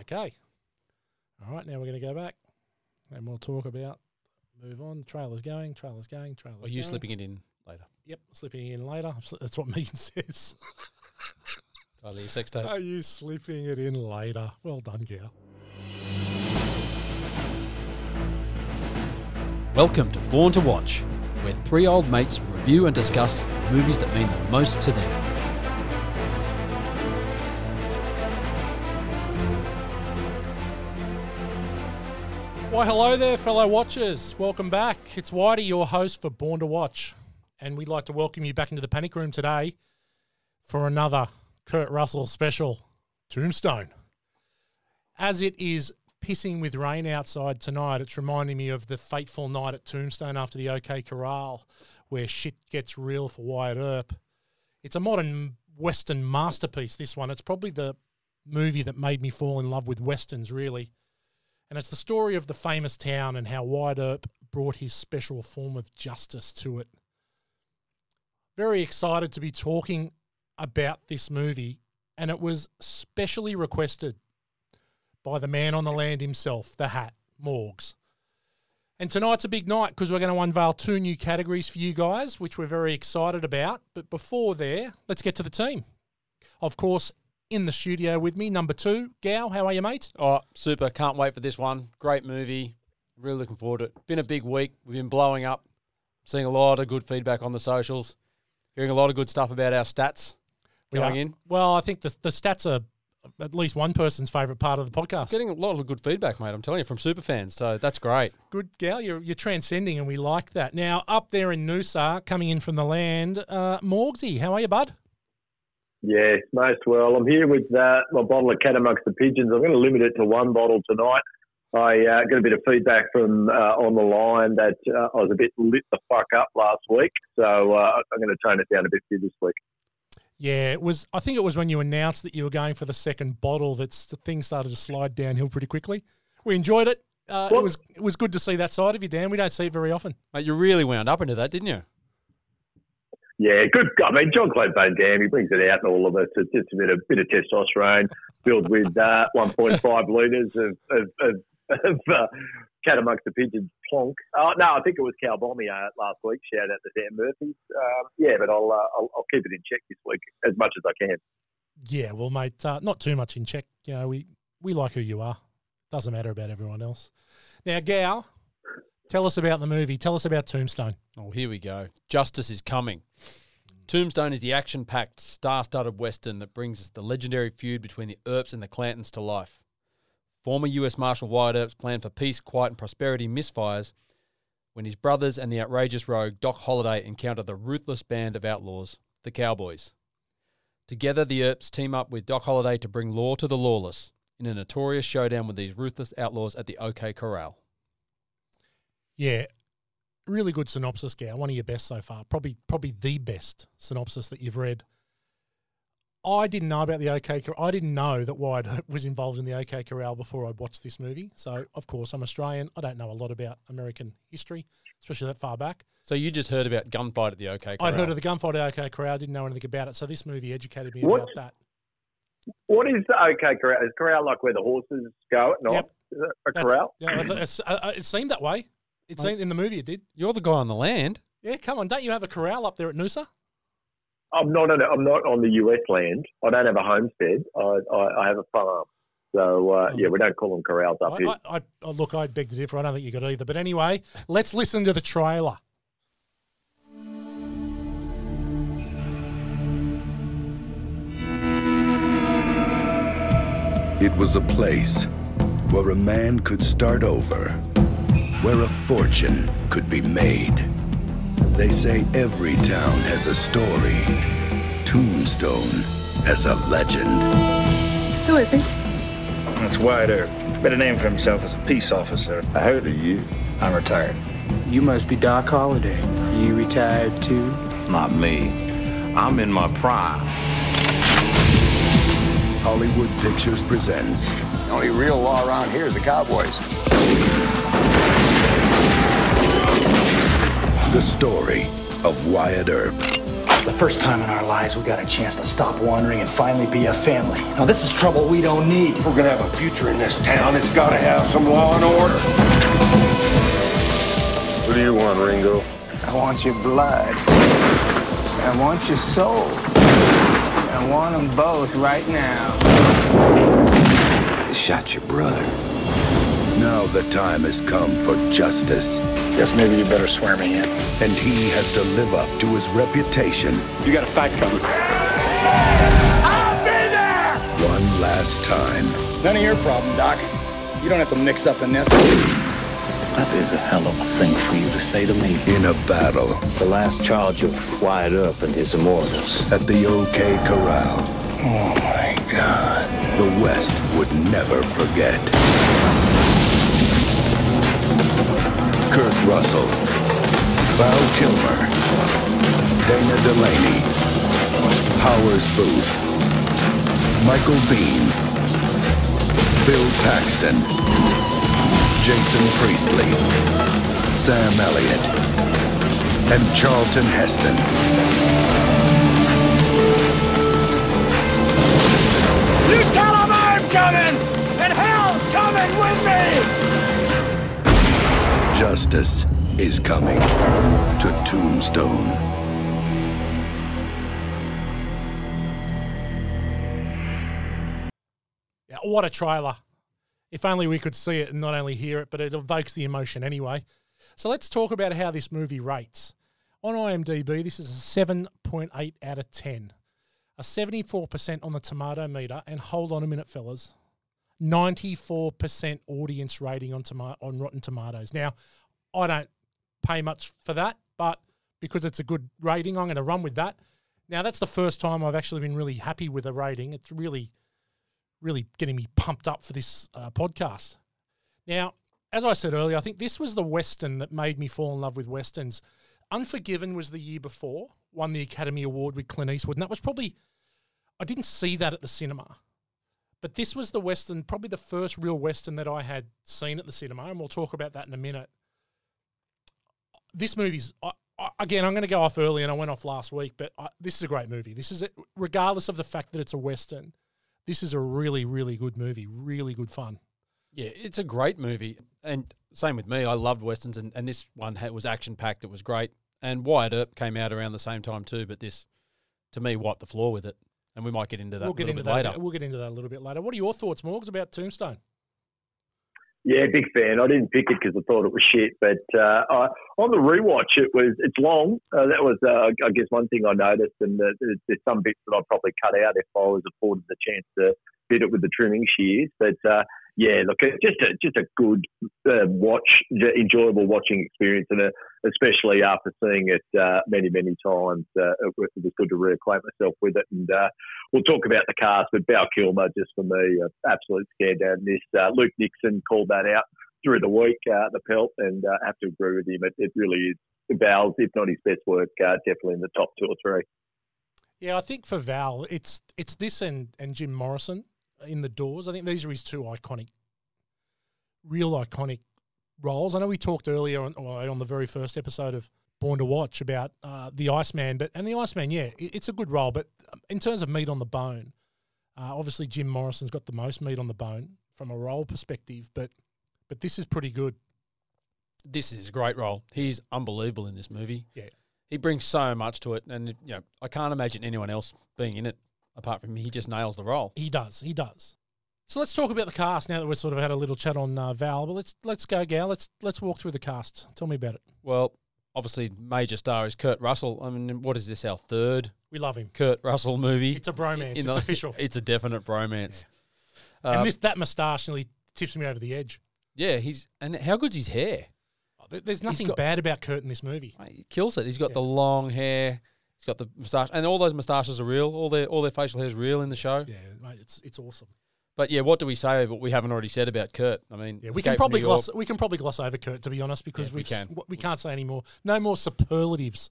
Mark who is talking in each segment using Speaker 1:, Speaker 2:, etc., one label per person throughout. Speaker 1: Okay. All right, now we're going to go back and we'll talk about, move on, trailer's going, trailer's going, trailer's
Speaker 2: Or you
Speaker 1: going.
Speaker 2: slipping it in later.
Speaker 1: Yep, slipping in later. I'm sli- That's what Megan says.
Speaker 2: Tyler, your sex tape.
Speaker 1: Are you slipping it in later? Well done, Gow.
Speaker 2: Welcome to Born to Watch, where three old mates review and discuss movies that mean the most to them.
Speaker 1: Why, hello there, fellow watchers. Welcome back. It's Whitey, your host for Born to Watch. And we'd like to welcome you back into the panic room today for another Kurt Russell special, Tombstone. As it is pissing with rain outside tonight, it's reminding me of the fateful night at Tombstone after the OK Corral, where shit gets real for Wyatt Earp. It's a modern Western masterpiece, this one. It's probably the movie that made me fall in love with Westerns, really and it's the story of the famous town and how Wyatt Earp brought his special form of justice to it. Very excited to be talking about this movie, and it was specially requested by the man on the land himself, the Hat Morgs. And tonight's a big night because we're going to unveil two new categories for you guys, which we're very excited about. But before there, let's get to the team. Of course, in the studio with me, number two, Gao. How are you, mate?
Speaker 2: Oh, super. Can't wait for this one. Great movie. Really looking forward to it. Been a big week. We've been blowing up, seeing a lot of good feedback on the socials, hearing a lot of good stuff about our stats
Speaker 1: We
Speaker 2: going
Speaker 1: are-
Speaker 2: in.
Speaker 1: Well, I think the the stats are at least one person's favourite part of the podcast.
Speaker 2: Getting a lot of good feedback, mate. I'm telling you, from super fans. So that's great.
Speaker 1: Good gal, you're you're transcending, and we like that. Now up there in Noosa, coming in from the land, uh, Morgsy, how are you, bud?
Speaker 3: Yes, most well. I'm here with uh, my bottle of Cat Amongst the Pigeons. I'm going to limit it to one bottle tonight. I uh, got a bit of feedback from uh, on the line that uh, I was a bit lit the fuck up last week, so uh, I'm going to tone it down a bit for this week.
Speaker 1: Yeah, it was. I think it was when you announced that you were going for the second bottle that s- the thing started to slide downhill pretty quickly. We enjoyed it. Uh, it
Speaker 3: Well-
Speaker 1: was it was good to see that side of you, Dan. We don't see it very often.
Speaker 2: Mate, you really wound up into that, didn't you?
Speaker 3: Yeah, good. I mean, John Claude Van Damme, he brings it out in all of us. It's just a bit of bit of testosterone filled with uh, 1.5 litres of, of, of, of uh, Cat Amongst the Pigeons plonk. Oh, no, I think it was Cow Bomby uh, last week. Shout out to Dan Murphy. Um, yeah, but I'll, uh, I'll I'll keep it in check this week as much as I can.
Speaker 1: Yeah, well, mate, uh, not too much in check. You know, we we like who you are. Doesn't matter about everyone else. Now, Gao, tell us about the movie. Tell us about Tombstone.
Speaker 2: Oh, here we go. Justice is coming. Tombstone is the action packed, star studded Western that brings us the legendary feud between the Earps and the Clantons to life. Former US Marshal Wyatt Earp's plan for peace, quiet, and prosperity misfires when his brothers and the outrageous rogue Doc Holliday encounter the ruthless band of outlaws, the Cowboys. Together, the Earps team up with Doc Holliday to bring law to the lawless in a notorious showdown with these ruthless outlaws at the OK Corral.
Speaker 1: Yeah, really good synopsis, Gao. One of your best so far. Probably probably the best synopsis that you've read. I didn't know about the OK Corral. I didn't know that Wyatt Earp was involved in the OK Corral before I watched this movie. So, of course, I'm Australian. I don't know a lot about American history, especially that far back.
Speaker 2: So, you just heard about gunfight at the OK Corral.
Speaker 1: I'd heard of the gunfight at OK Corral, didn't know anything about it. So this movie educated me
Speaker 3: What?
Speaker 1: about that.
Speaker 3: What is the OK corral? Is corral like where the horses go at night?
Speaker 1: Yep.
Speaker 3: Is it a
Speaker 1: That's-
Speaker 3: corral?
Speaker 1: Yeah, it's- uh, uh, it seemed that way. It seemed in the movie it did.
Speaker 2: You're the guy on the land.
Speaker 1: Yeah, come on, don't you have a corral up there at Noosa?
Speaker 3: I'm not. On, I'm not on the US land. I don't have a homestead. I, I, I have a farm. So uh, yeah, we don't call them corrals
Speaker 1: Oh. I,
Speaker 3: up here.
Speaker 1: I, I, oh, look, I beg to differ. I don't think you got either. But anyway, let's listen to the trailer.
Speaker 4: It was a place where a man could start over, where a fortune could be made. They say every town has a story. Tombstone has a legend.
Speaker 5: Who is he?
Speaker 6: That's Wyatt Earp. Made a name for himself as a peace officer.
Speaker 4: I heard of you.
Speaker 6: I'm retired.
Speaker 7: You must be Doc Holliday. You retired too?
Speaker 8: Not me. I'm in my prime.
Speaker 4: Hollywood Pictures presents
Speaker 8: The only real law around here is the Cowboys.
Speaker 4: the story of Wyatt Earp.
Speaker 7: The first time in our lives, we got a chance to stop wandering and finally be a family. Now, this is trouble we don't need.
Speaker 5: If we're gonna have a future in this town, it's gotta have some law and order.
Speaker 9: What do you want, Ringo?
Speaker 7: I want your blood. I want your soul. I want them both right now.
Speaker 8: They shot your brother.
Speaker 4: Now the time has come for justice,
Speaker 6: Guess maybe you better swear me in.
Speaker 4: and he has to live up to his reputation
Speaker 6: You got a fight coming.
Speaker 5: I'll be there!
Speaker 4: one last time.
Speaker 7: None of your problem, Doc. You don't have to mix up in this.
Speaker 8: That is a hell of a thing for you to say to me.
Speaker 4: In a battle
Speaker 8: The last charge of Wyatt Earp and his immortals.
Speaker 4: at the OK Corral,
Speaker 7: Oh my god.
Speaker 4: the West would never forget. Kurt Russell, Val Kilmer, Dana Delaney, Powers Booth, Michael Bean, Bill Paxton, Jason Priestley, Sam Elliott, and Charlton Heston.
Speaker 5: You tell them I'm coming! And hell's coming with me!
Speaker 4: Justice is coming to Tombstone.
Speaker 1: Yeah, what a trailer. If only we could see it and not only hear it, but it evokes the emotion anyway. So let's talk about how this movie rates. On IMDb, this is a 7.8 out of 10, a 74% on the tomato meter, and hold on a minute, fellas. 94% audience rating on, toma- on Rotten Tomatoes. Now, I don't pay much for that, but because it's a good rating, I'm going to run with that. Now, that's the first time I've actually been really happy with a rating. It's really really getting me pumped up for this uh, podcast. Now, as I said earlier, I think this was the Western that made me fall in love with Westerns. Unforgiven was the year before, won the Academy Award with Clint Eastwood. And that was probably, I didn't see that at the cinema. But this was the Western, probably the first real Western that I had seen at the cinema. And we'll talk about that in a minute. This movie's, I, I, again, I'm going to go off early and I went off last week, but I, this is a great movie. This is, a, regardless of the fact that it's a Western, this is a really, really good movie. Really good fun.
Speaker 2: Yeah, it's a great movie. And same with me. I loved Westerns, and, and this one had, was action packed. It was great. And Wyatt Earp came out around the same time, too. But this, to me, wiped the floor with it. And we might get into that
Speaker 1: we'll get
Speaker 2: a
Speaker 1: into
Speaker 2: little
Speaker 1: that.
Speaker 2: bit later.
Speaker 1: We'll get into that a little bit later. What are your thoughts, Morgs, about Tombstone?
Speaker 3: Yeah, big fan. I didn't pick it because I thought it was shit, but uh, I, on the rewatch, it was it's long. Uh, that was, uh, I guess, one thing I noticed, and uh, there's, there's some bits that I'd probably cut out if I was afforded the chance to fit it with the trimming shears. But uh, yeah, look, it's just a just a good uh, watch, the enjoyable watching experience, and uh, especially after seeing it uh, many many times, uh, it was it was good to reacquaint myself with it. And uh, we'll talk about the cast, but Val Kilmer, just for me, an absolute standout in this. Uh, Luke Nixon called that out through the week, uh, the pelt, and uh, I have to agree with him. It, it really is Val's, if not his best work, uh, definitely in the top two or three.
Speaker 1: Yeah, I think for Val, it's it's this and and Jim Morrison in the Doors. I think these are his two iconic, real iconic roles. I know we talked earlier on, or on the very first episode of Born to Watch about uh, the Iceman, but and the Iceman, yeah, it, it's a good role. But um, in terms of meat on the bone, uh, obviously Jim Morrison's got the most meat on the bone from a role perspective, but but this is pretty good.
Speaker 2: This is a great role. He's unbelievable in this movie.
Speaker 1: Yeah.
Speaker 2: He brings so much to it. And, you know, I can't imagine anyone else being in it apart from him. He just nails the role.
Speaker 1: He does. He does. So let's talk about the cast now that we've sort of had a little chat on uh, Val. But let's let's go, Gal. Let's let's walk through the cast. Tell me about it.
Speaker 2: Well, obviously, major star is Kurt Russell. I mean, what is this, our third
Speaker 1: We love him.
Speaker 2: Kurt Russell movie?
Speaker 1: It's a bromance.
Speaker 2: In
Speaker 1: it's
Speaker 2: the-
Speaker 1: official.
Speaker 2: It's a definite bromance. Uh,
Speaker 1: and this that moustache nearly tips me over the edge.
Speaker 2: yeah, he's and how good's his hair?
Speaker 1: Oh, there- There's nothing
Speaker 2: got-
Speaker 1: bad about Kurt in this movie.
Speaker 2: Mate, He kills it. He's got the long hair. He's got the moustache, and all those moustaches are real. All their all their facial hair is real in the show.
Speaker 1: Yeah, mate, it's it's awesome.
Speaker 2: But yeah, what do we say of what we haven't already said about Kurt? I mean,
Speaker 1: Yeah, we
Speaker 2: Escape
Speaker 1: can
Speaker 2: from
Speaker 1: probably
Speaker 2: New York-
Speaker 1: gloss we can probably gloss over Kurt to be honest because
Speaker 2: Yeah, we
Speaker 1: we've s-
Speaker 2: can.
Speaker 1: what- we can't say any more. No more superlatives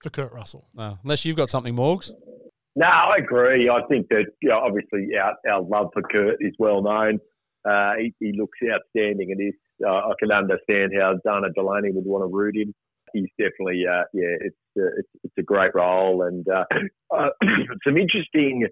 Speaker 1: for Kurt Russell.
Speaker 2: No, Uh, unless you've got something, Morgs.
Speaker 3: No, I agree. I think that you know, obviously our, our love for Kurt is well known. Uh, he, he looks outstanding in this. Uh, I can understand how Dana Delaney would want to root him he's definitely uh, yeah, it's, uh, it's it's a great role and uh, uh, some interesting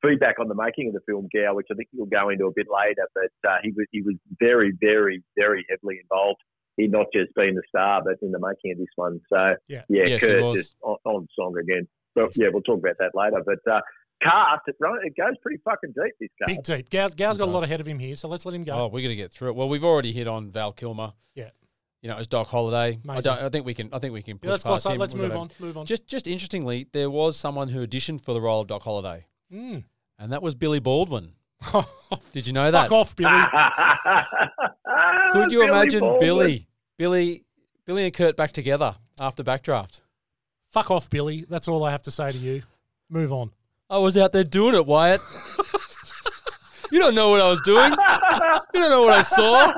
Speaker 3: feedback on the making of the film, Gow, which I think you'll go into a bit later. But uh, he was he was very very very heavily involved. He not just being the star, but in the making of this one. So
Speaker 1: Yeah.
Speaker 3: yeah,
Speaker 2: Yes, he
Speaker 3: Kurt
Speaker 2: was.
Speaker 3: just on, on song again. But yeah, we'll talk about that later. But uh, cast it, run- it goes pretty fucking deep. This cast.
Speaker 1: Big deep. Gow, Gow's got a lot ahead of him here, so let's let him
Speaker 2: Oh,
Speaker 1: go.
Speaker 2: we're gonna get through it. Well, we've already hit on Val Kilmer.
Speaker 1: Yeah.
Speaker 2: You know, as Doc Holiday. I,
Speaker 1: Amazing.
Speaker 2: don't, I think we can. I think we can. Push
Speaker 1: Yeah, let's
Speaker 2: past
Speaker 1: gloss up.
Speaker 2: him.
Speaker 1: Let's
Speaker 2: We've got
Speaker 1: move
Speaker 2: a-
Speaker 1: on. Move on.
Speaker 2: Just, just interestingly, there was someone who auditioned for the role of Doc Holiday,
Speaker 1: Mm.
Speaker 2: and that was Billy Baldwin. Did you know that?
Speaker 1: Oh, Fuck off, Billy.
Speaker 2: Could you
Speaker 3: Billy
Speaker 2: imagine
Speaker 3: Baldwin.
Speaker 2: Billy, Billy, Billy and Kurt back together after Backdraft?
Speaker 1: Fuck off, Billy. That's all I have to say to you. Move on.
Speaker 2: I was out there doing it, Wyatt. you don't know what I was doing. You don't know what I saw.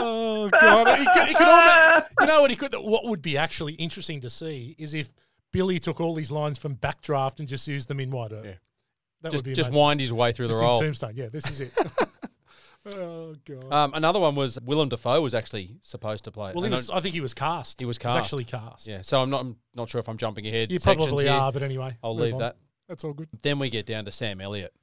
Speaker 1: Oh god, he could, he could almost, you know what he could. What would be actually interesting to see is if Billy took all these lines from Backdraft and just used them in White Earth.
Speaker 2: Yeah.
Speaker 1: That
Speaker 2: Just,
Speaker 1: would be
Speaker 2: just
Speaker 1: amazing.
Speaker 2: wind his way through
Speaker 1: Just
Speaker 2: the
Speaker 1: in
Speaker 2: role.
Speaker 1: Tombstone. Yeah, this is it. oh god.
Speaker 2: Um, another one was Willem Dafoe was actually supposed to play. it.
Speaker 1: well, he
Speaker 2: And I-
Speaker 1: was. I think he was cast.
Speaker 2: He was
Speaker 1: actually cast.
Speaker 2: yeah, so I'm not I'm not sure if I'm jumping ahead.
Speaker 1: You
Speaker 2: sections
Speaker 1: probably
Speaker 2: here.
Speaker 1: are, but anyway,
Speaker 2: I'll
Speaker 1: move
Speaker 2: leave
Speaker 1: on.
Speaker 2: that.
Speaker 1: That's all good,
Speaker 2: Then we get down to Sam Elliott.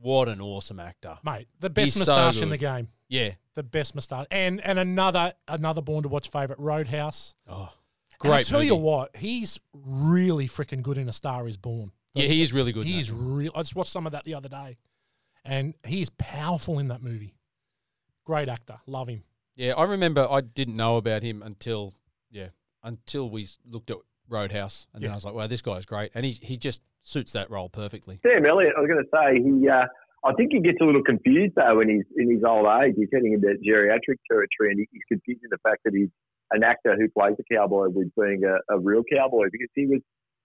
Speaker 2: What an awesome actor!
Speaker 1: mate. The best
Speaker 2: He's so
Speaker 1: moustache in
Speaker 2: good.
Speaker 1: the game.
Speaker 2: Yeah,
Speaker 1: The best moustache, and and another another born to watch favorite Roadhouse.
Speaker 2: oh,
Speaker 1: And
Speaker 2: great.
Speaker 1: I tell
Speaker 2: movie.
Speaker 1: you what, he's really freaking good in A Star Is Born.
Speaker 2: yeah, he is really good. in
Speaker 1: He
Speaker 2: that.
Speaker 1: is real. I just watched some of that the other day, and he is powerful in that movie. Great actor, love him.
Speaker 2: Yeah, I remember I didn't know about him until yeah, until we s- looked at Roadhouse, and then
Speaker 1: Yeah.
Speaker 2: I was like, wow, this guy's great, and he he just suits that role perfectly.
Speaker 3: Sam Elliott, I was going to say he. Uh, I think he gets a little confused though in his in his old age. He's heading into geriatric territory, and he, he's confused in the fact that he's an actor who plays a cowboy with being a, a real cowboy because he was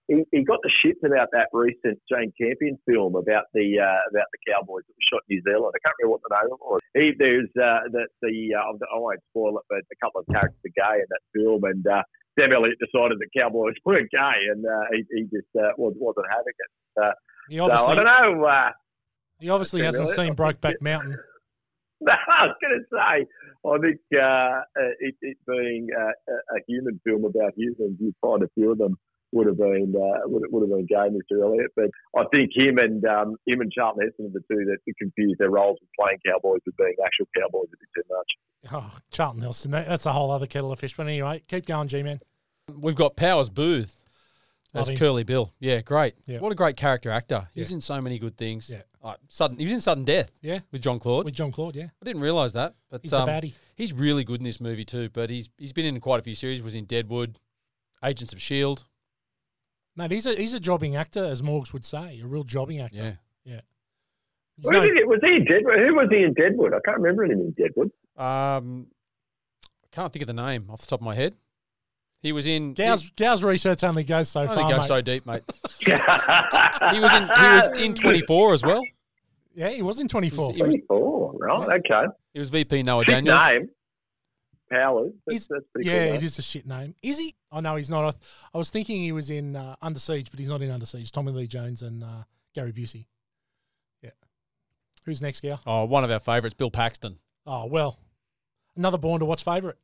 Speaker 3: he, he got the shit about that recent Jane Campion film about the uh, about the cowboys that was shot in New Zealand. I can't remember what the name of it was. He, there's uh, the the uh, I won't spoil it, but a couple of characters are gay in that film, and uh, Sam Elliott decided that cowboys weren't gay, and uh, he, he just uh, was, wasn't having it.
Speaker 1: He
Speaker 3: So I
Speaker 1: obviously,
Speaker 3: don't know. Uh,
Speaker 1: he obviously
Speaker 3: Sam
Speaker 1: hasn't
Speaker 3: Elliott,
Speaker 1: seen
Speaker 3: I think
Speaker 1: Brokeback
Speaker 3: it-
Speaker 1: Mountain.
Speaker 3: No, I was going to say, I think uh, uh, it, it being uh, a, a human film about humans, you'd find a few of them would have been uh, would, would have been gay, Mr. Elliott. But I think him and um, him and Charlton Heston are the two that confuse their roles with playing cowboys with being actual cowboys a bit too much.
Speaker 1: Oh, Charlton Nelson. that- that's a whole other kettle of fish. But anyway, keep going, G man.
Speaker 2: We've got Powers Booth
Speaker 1: Love
Speaker 2: as
Speaker 1: him.
Speaker 2: Curly Bill. Yeah, great.
Speaker 1: Yeah.
Speaker 2: What a great character actor. He was in so many good things.
Speaker 1: Yeah.
Speaker 2: Uh, sudden, he was in Sudden Death.
Speaker 1: Yeah.
Speaker 2: with John Claude.
Speaker 1: With John Claude, yeah.
Speaker 2: I didn't realize that, but
Speaker 1: He's
Speaker 2: um,
Speaker 1: the baddie.
Speaker 2: he's really good in this movie too. But he's he's been in quite a few series. Was in Deadwood, Agents of Shield.
Speaker 1: Mate, he's a he's a jobbing actor, as Morgs would say, a real jobbing actor.
Speaker 2: Yeah.
Speaker 1: He's
Speaker 3: Who
Speaker 1: no-
Speaker 3: did it, was he in Deadwood? Who was he in Deadwood? I can't remember him in Deadwood.
Speaker 2: Um, I can't think of the name off the top of my head. He was in.
Speaker 1: Gow's, Gow's research only goes so
Speaker 2: I
Speaker 1: far.
Speaker 2: don't go
Speaker 1: mate.
Speaker 2: so deep, mate.
Speaker 3: he
Speaker 2: He was in. He was in 24 as well.
Speaker 1: yeah, he was in twenty four.
Speaker 2: He was,
Speaker 3: Oh, right, okay.
Speaker 2: he was VP Noah
Speaker 3: Sick
Speaker 2: Daniels.
Speaker 3: name. Powers. That's,
Speaker 1: He's-
Speaker 3: that's pretty
Speaker 1: yeah,
Speaker 3: cool.
Speaker 1: it is a shit name. Is he? I know he's not. I, th- I was thinking he was in uh, Under Siege, but he's not in Under Siege. Tommy Lee Jones and uh, Gary Busey. Yeah. Who's next, Gow?
Speaker 2: Oh, one of our favourites, Bill Paxton.
Speaker 1: Oh, well. Another Born to Watch favourite.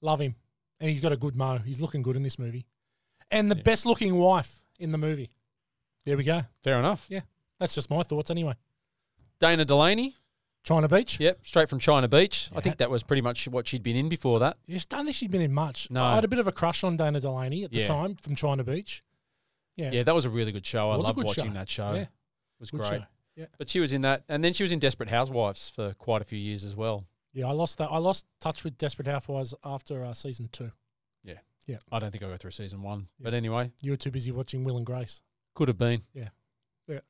Speaker 1: Love him. And he's got a good mo. He's looking good in this movie. And the best looking wife in the movie. There we go.
Speaker 2: Fair enough.
Speaker 1: Yeah. That's just my thoughts anyway.
Speaker 2: Dana Delaney.
Speaker 1: China Beach.
Speaker 2: Yep, straight from China Beach. I think that was pretty much what she'd been in before that.
Speaker 1: I don't think she'd been in much.
Speaker 2: No.
Speaker 1: I had a bit of a crush on Dana Delaney at the
Speaker 2: Yeah.
Speaker 1: time from China Beach. Yeah.
Speaker 2: Yeah, that was a really good show. I
Speaker 1: was a
Speaker 2: loved
Speaker 1: good
Speaker 2: watching
Speaker 1: show.
Speaker 2: that show.
Speaker 1: Yeah.
Speaker 2: It was
Speaker 1: Good
Speaker 2: great.
Speaker 1: show. Yeah.
Speaker 2: But she was in that, and then she was in Desperate Housewives for quite a few years as well.
Speaker 1: Yeah, I lost that. I lost touch with Desperate Housewives after uh, season two.
Speaker 2: I don't think I go through season one, but anyway,
Speaker 1: You were too busy watching Will and Grace.
Speaker 2: could have been.
Speaker 1: Yeah. Yeah.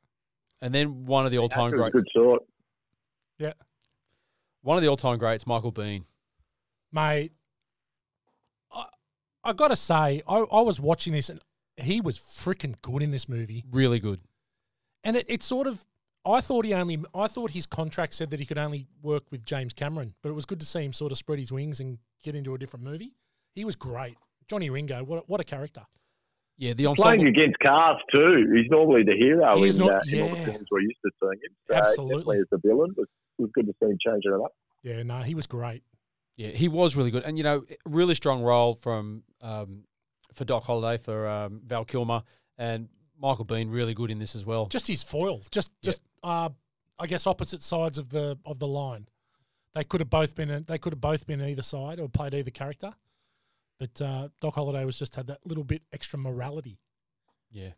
Speaker 2: And then one of the all-time
Speaker 3: That's a
Speaker 2: greats,
Speaker 3: good sort.
Speaker 1: Yeah,
Speaker 2: one of the all-time greats, Michael Bean.
Speaker 1: mate. I I gotta say, I, I was watching this and he was freaking good in this movie.
Speaker 2: Really good.
Speaker 1: And it, it sort of, I thought he only, I thought his contract said that he could only work with James Cameron, but it was good to see him sort of spread his wings and get into a different movie. He was great. Johnny Ringo, what a, what a character.
Speaker 2: Yeah, the
Speaker 3: Playing
Speaker 2: ensemble.
Speaker 3: against cars too. He's normally the hero
Speaker 1: He's
Speaker 3: in,
Speaker 1: not-
Speaker 3: uh, in all
Speaker 1: yeah.
Speaker 3: the films we're used to seeing him. So
Speaker 1: Absolutely.
Speaker 3: definitely as the villain, it was, it was good to see him changing it up.
Speaker 1: Yeah, no, he was great.
Speaker 2: Yeah, he was really good, and you know, really strong role from um, for Doc Holliday for um, Val Kilmer and Michael Bean, really good in this as well.
Speaker 1: Just his foil. Just just uh, I guess opposite sides of the of the line. They could have both been they could have both been either side or played either character. But uh, Doc Holliday was just had that little bit extra morality.
Speaker 2: yeah.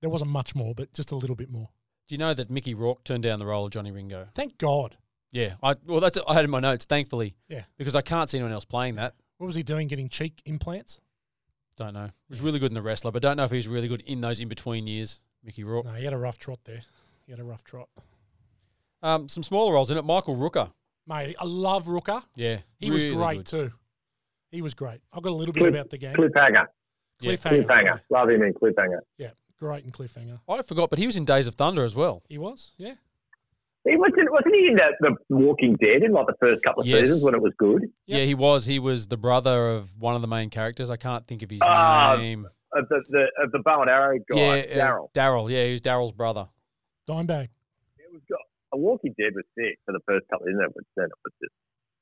Speaker 1: There wasn't much more, but just a little bit more.
Speaker 2: Do you know that Mickey Rourke turned down the role of Johnny Ringo?
Speaker 1: Thank God.
Speaker 2: Yeah. I well, that's I had in my notes. Thankfully.
Speaker 1: Yeah.
Speaker 2: Because I can't see anyone else playing that.
Speaker 1: What was he doing? Getting cheek implants?
Speaker 2: Don't know. He was really good in the wrestler, but don't know if he was really good in those in between years. Mickey Rourke.
Speaker 1: No, he had a rough trot there. He had a rough trot,
Speaker 2: Um, some smaller roles in it. Michael Rooker.
Speaker 1: mate. I love Rooker.
Speaker 2: Yeah.
Speaker 1: He was
Speaker 2: really
Speaker 1: great
Speaker 2: good.
Speaker 1: too. He was great. I've got a little bit
Speaker 3: Cliff,
Speaker 1: about the game.
Speaker 3: Cliffhanger.
Speaker 2: Yeah.
Speaker 1: Cliffhanger.
Speaker 3: Cliffhanger. Love him in Cliffhanger.
Speaker 1: Yeah, great in cliffhanger.
Speaker 2: I forgot, but he was in Days of Thunder as well.
Speaker 1: He was. Yeah.
Speaker 3: He wasn't, wasn't he in that, the Walking Dead in like the first couple of
Speaker 2: Yes.
Speaker 3: seasons when it was good?
Speaker 2: Yeah, he was. He was the brother of one of the main characters. I can't think of his
Speaker 3: Ah,
Speaker 2: name.
Speaker 3: Of the, the, of the bow and arrow guy,
Speaker 2: yeah, uh,
Speaker 3: Daryl.
Speaker 2: Daryl. Yeah, he was Daryl's brother.
Speaker 1: Dimebag.
Speaker 3: It was got, a Walking Dead was sick for the first couple, isn't it? But then it was just,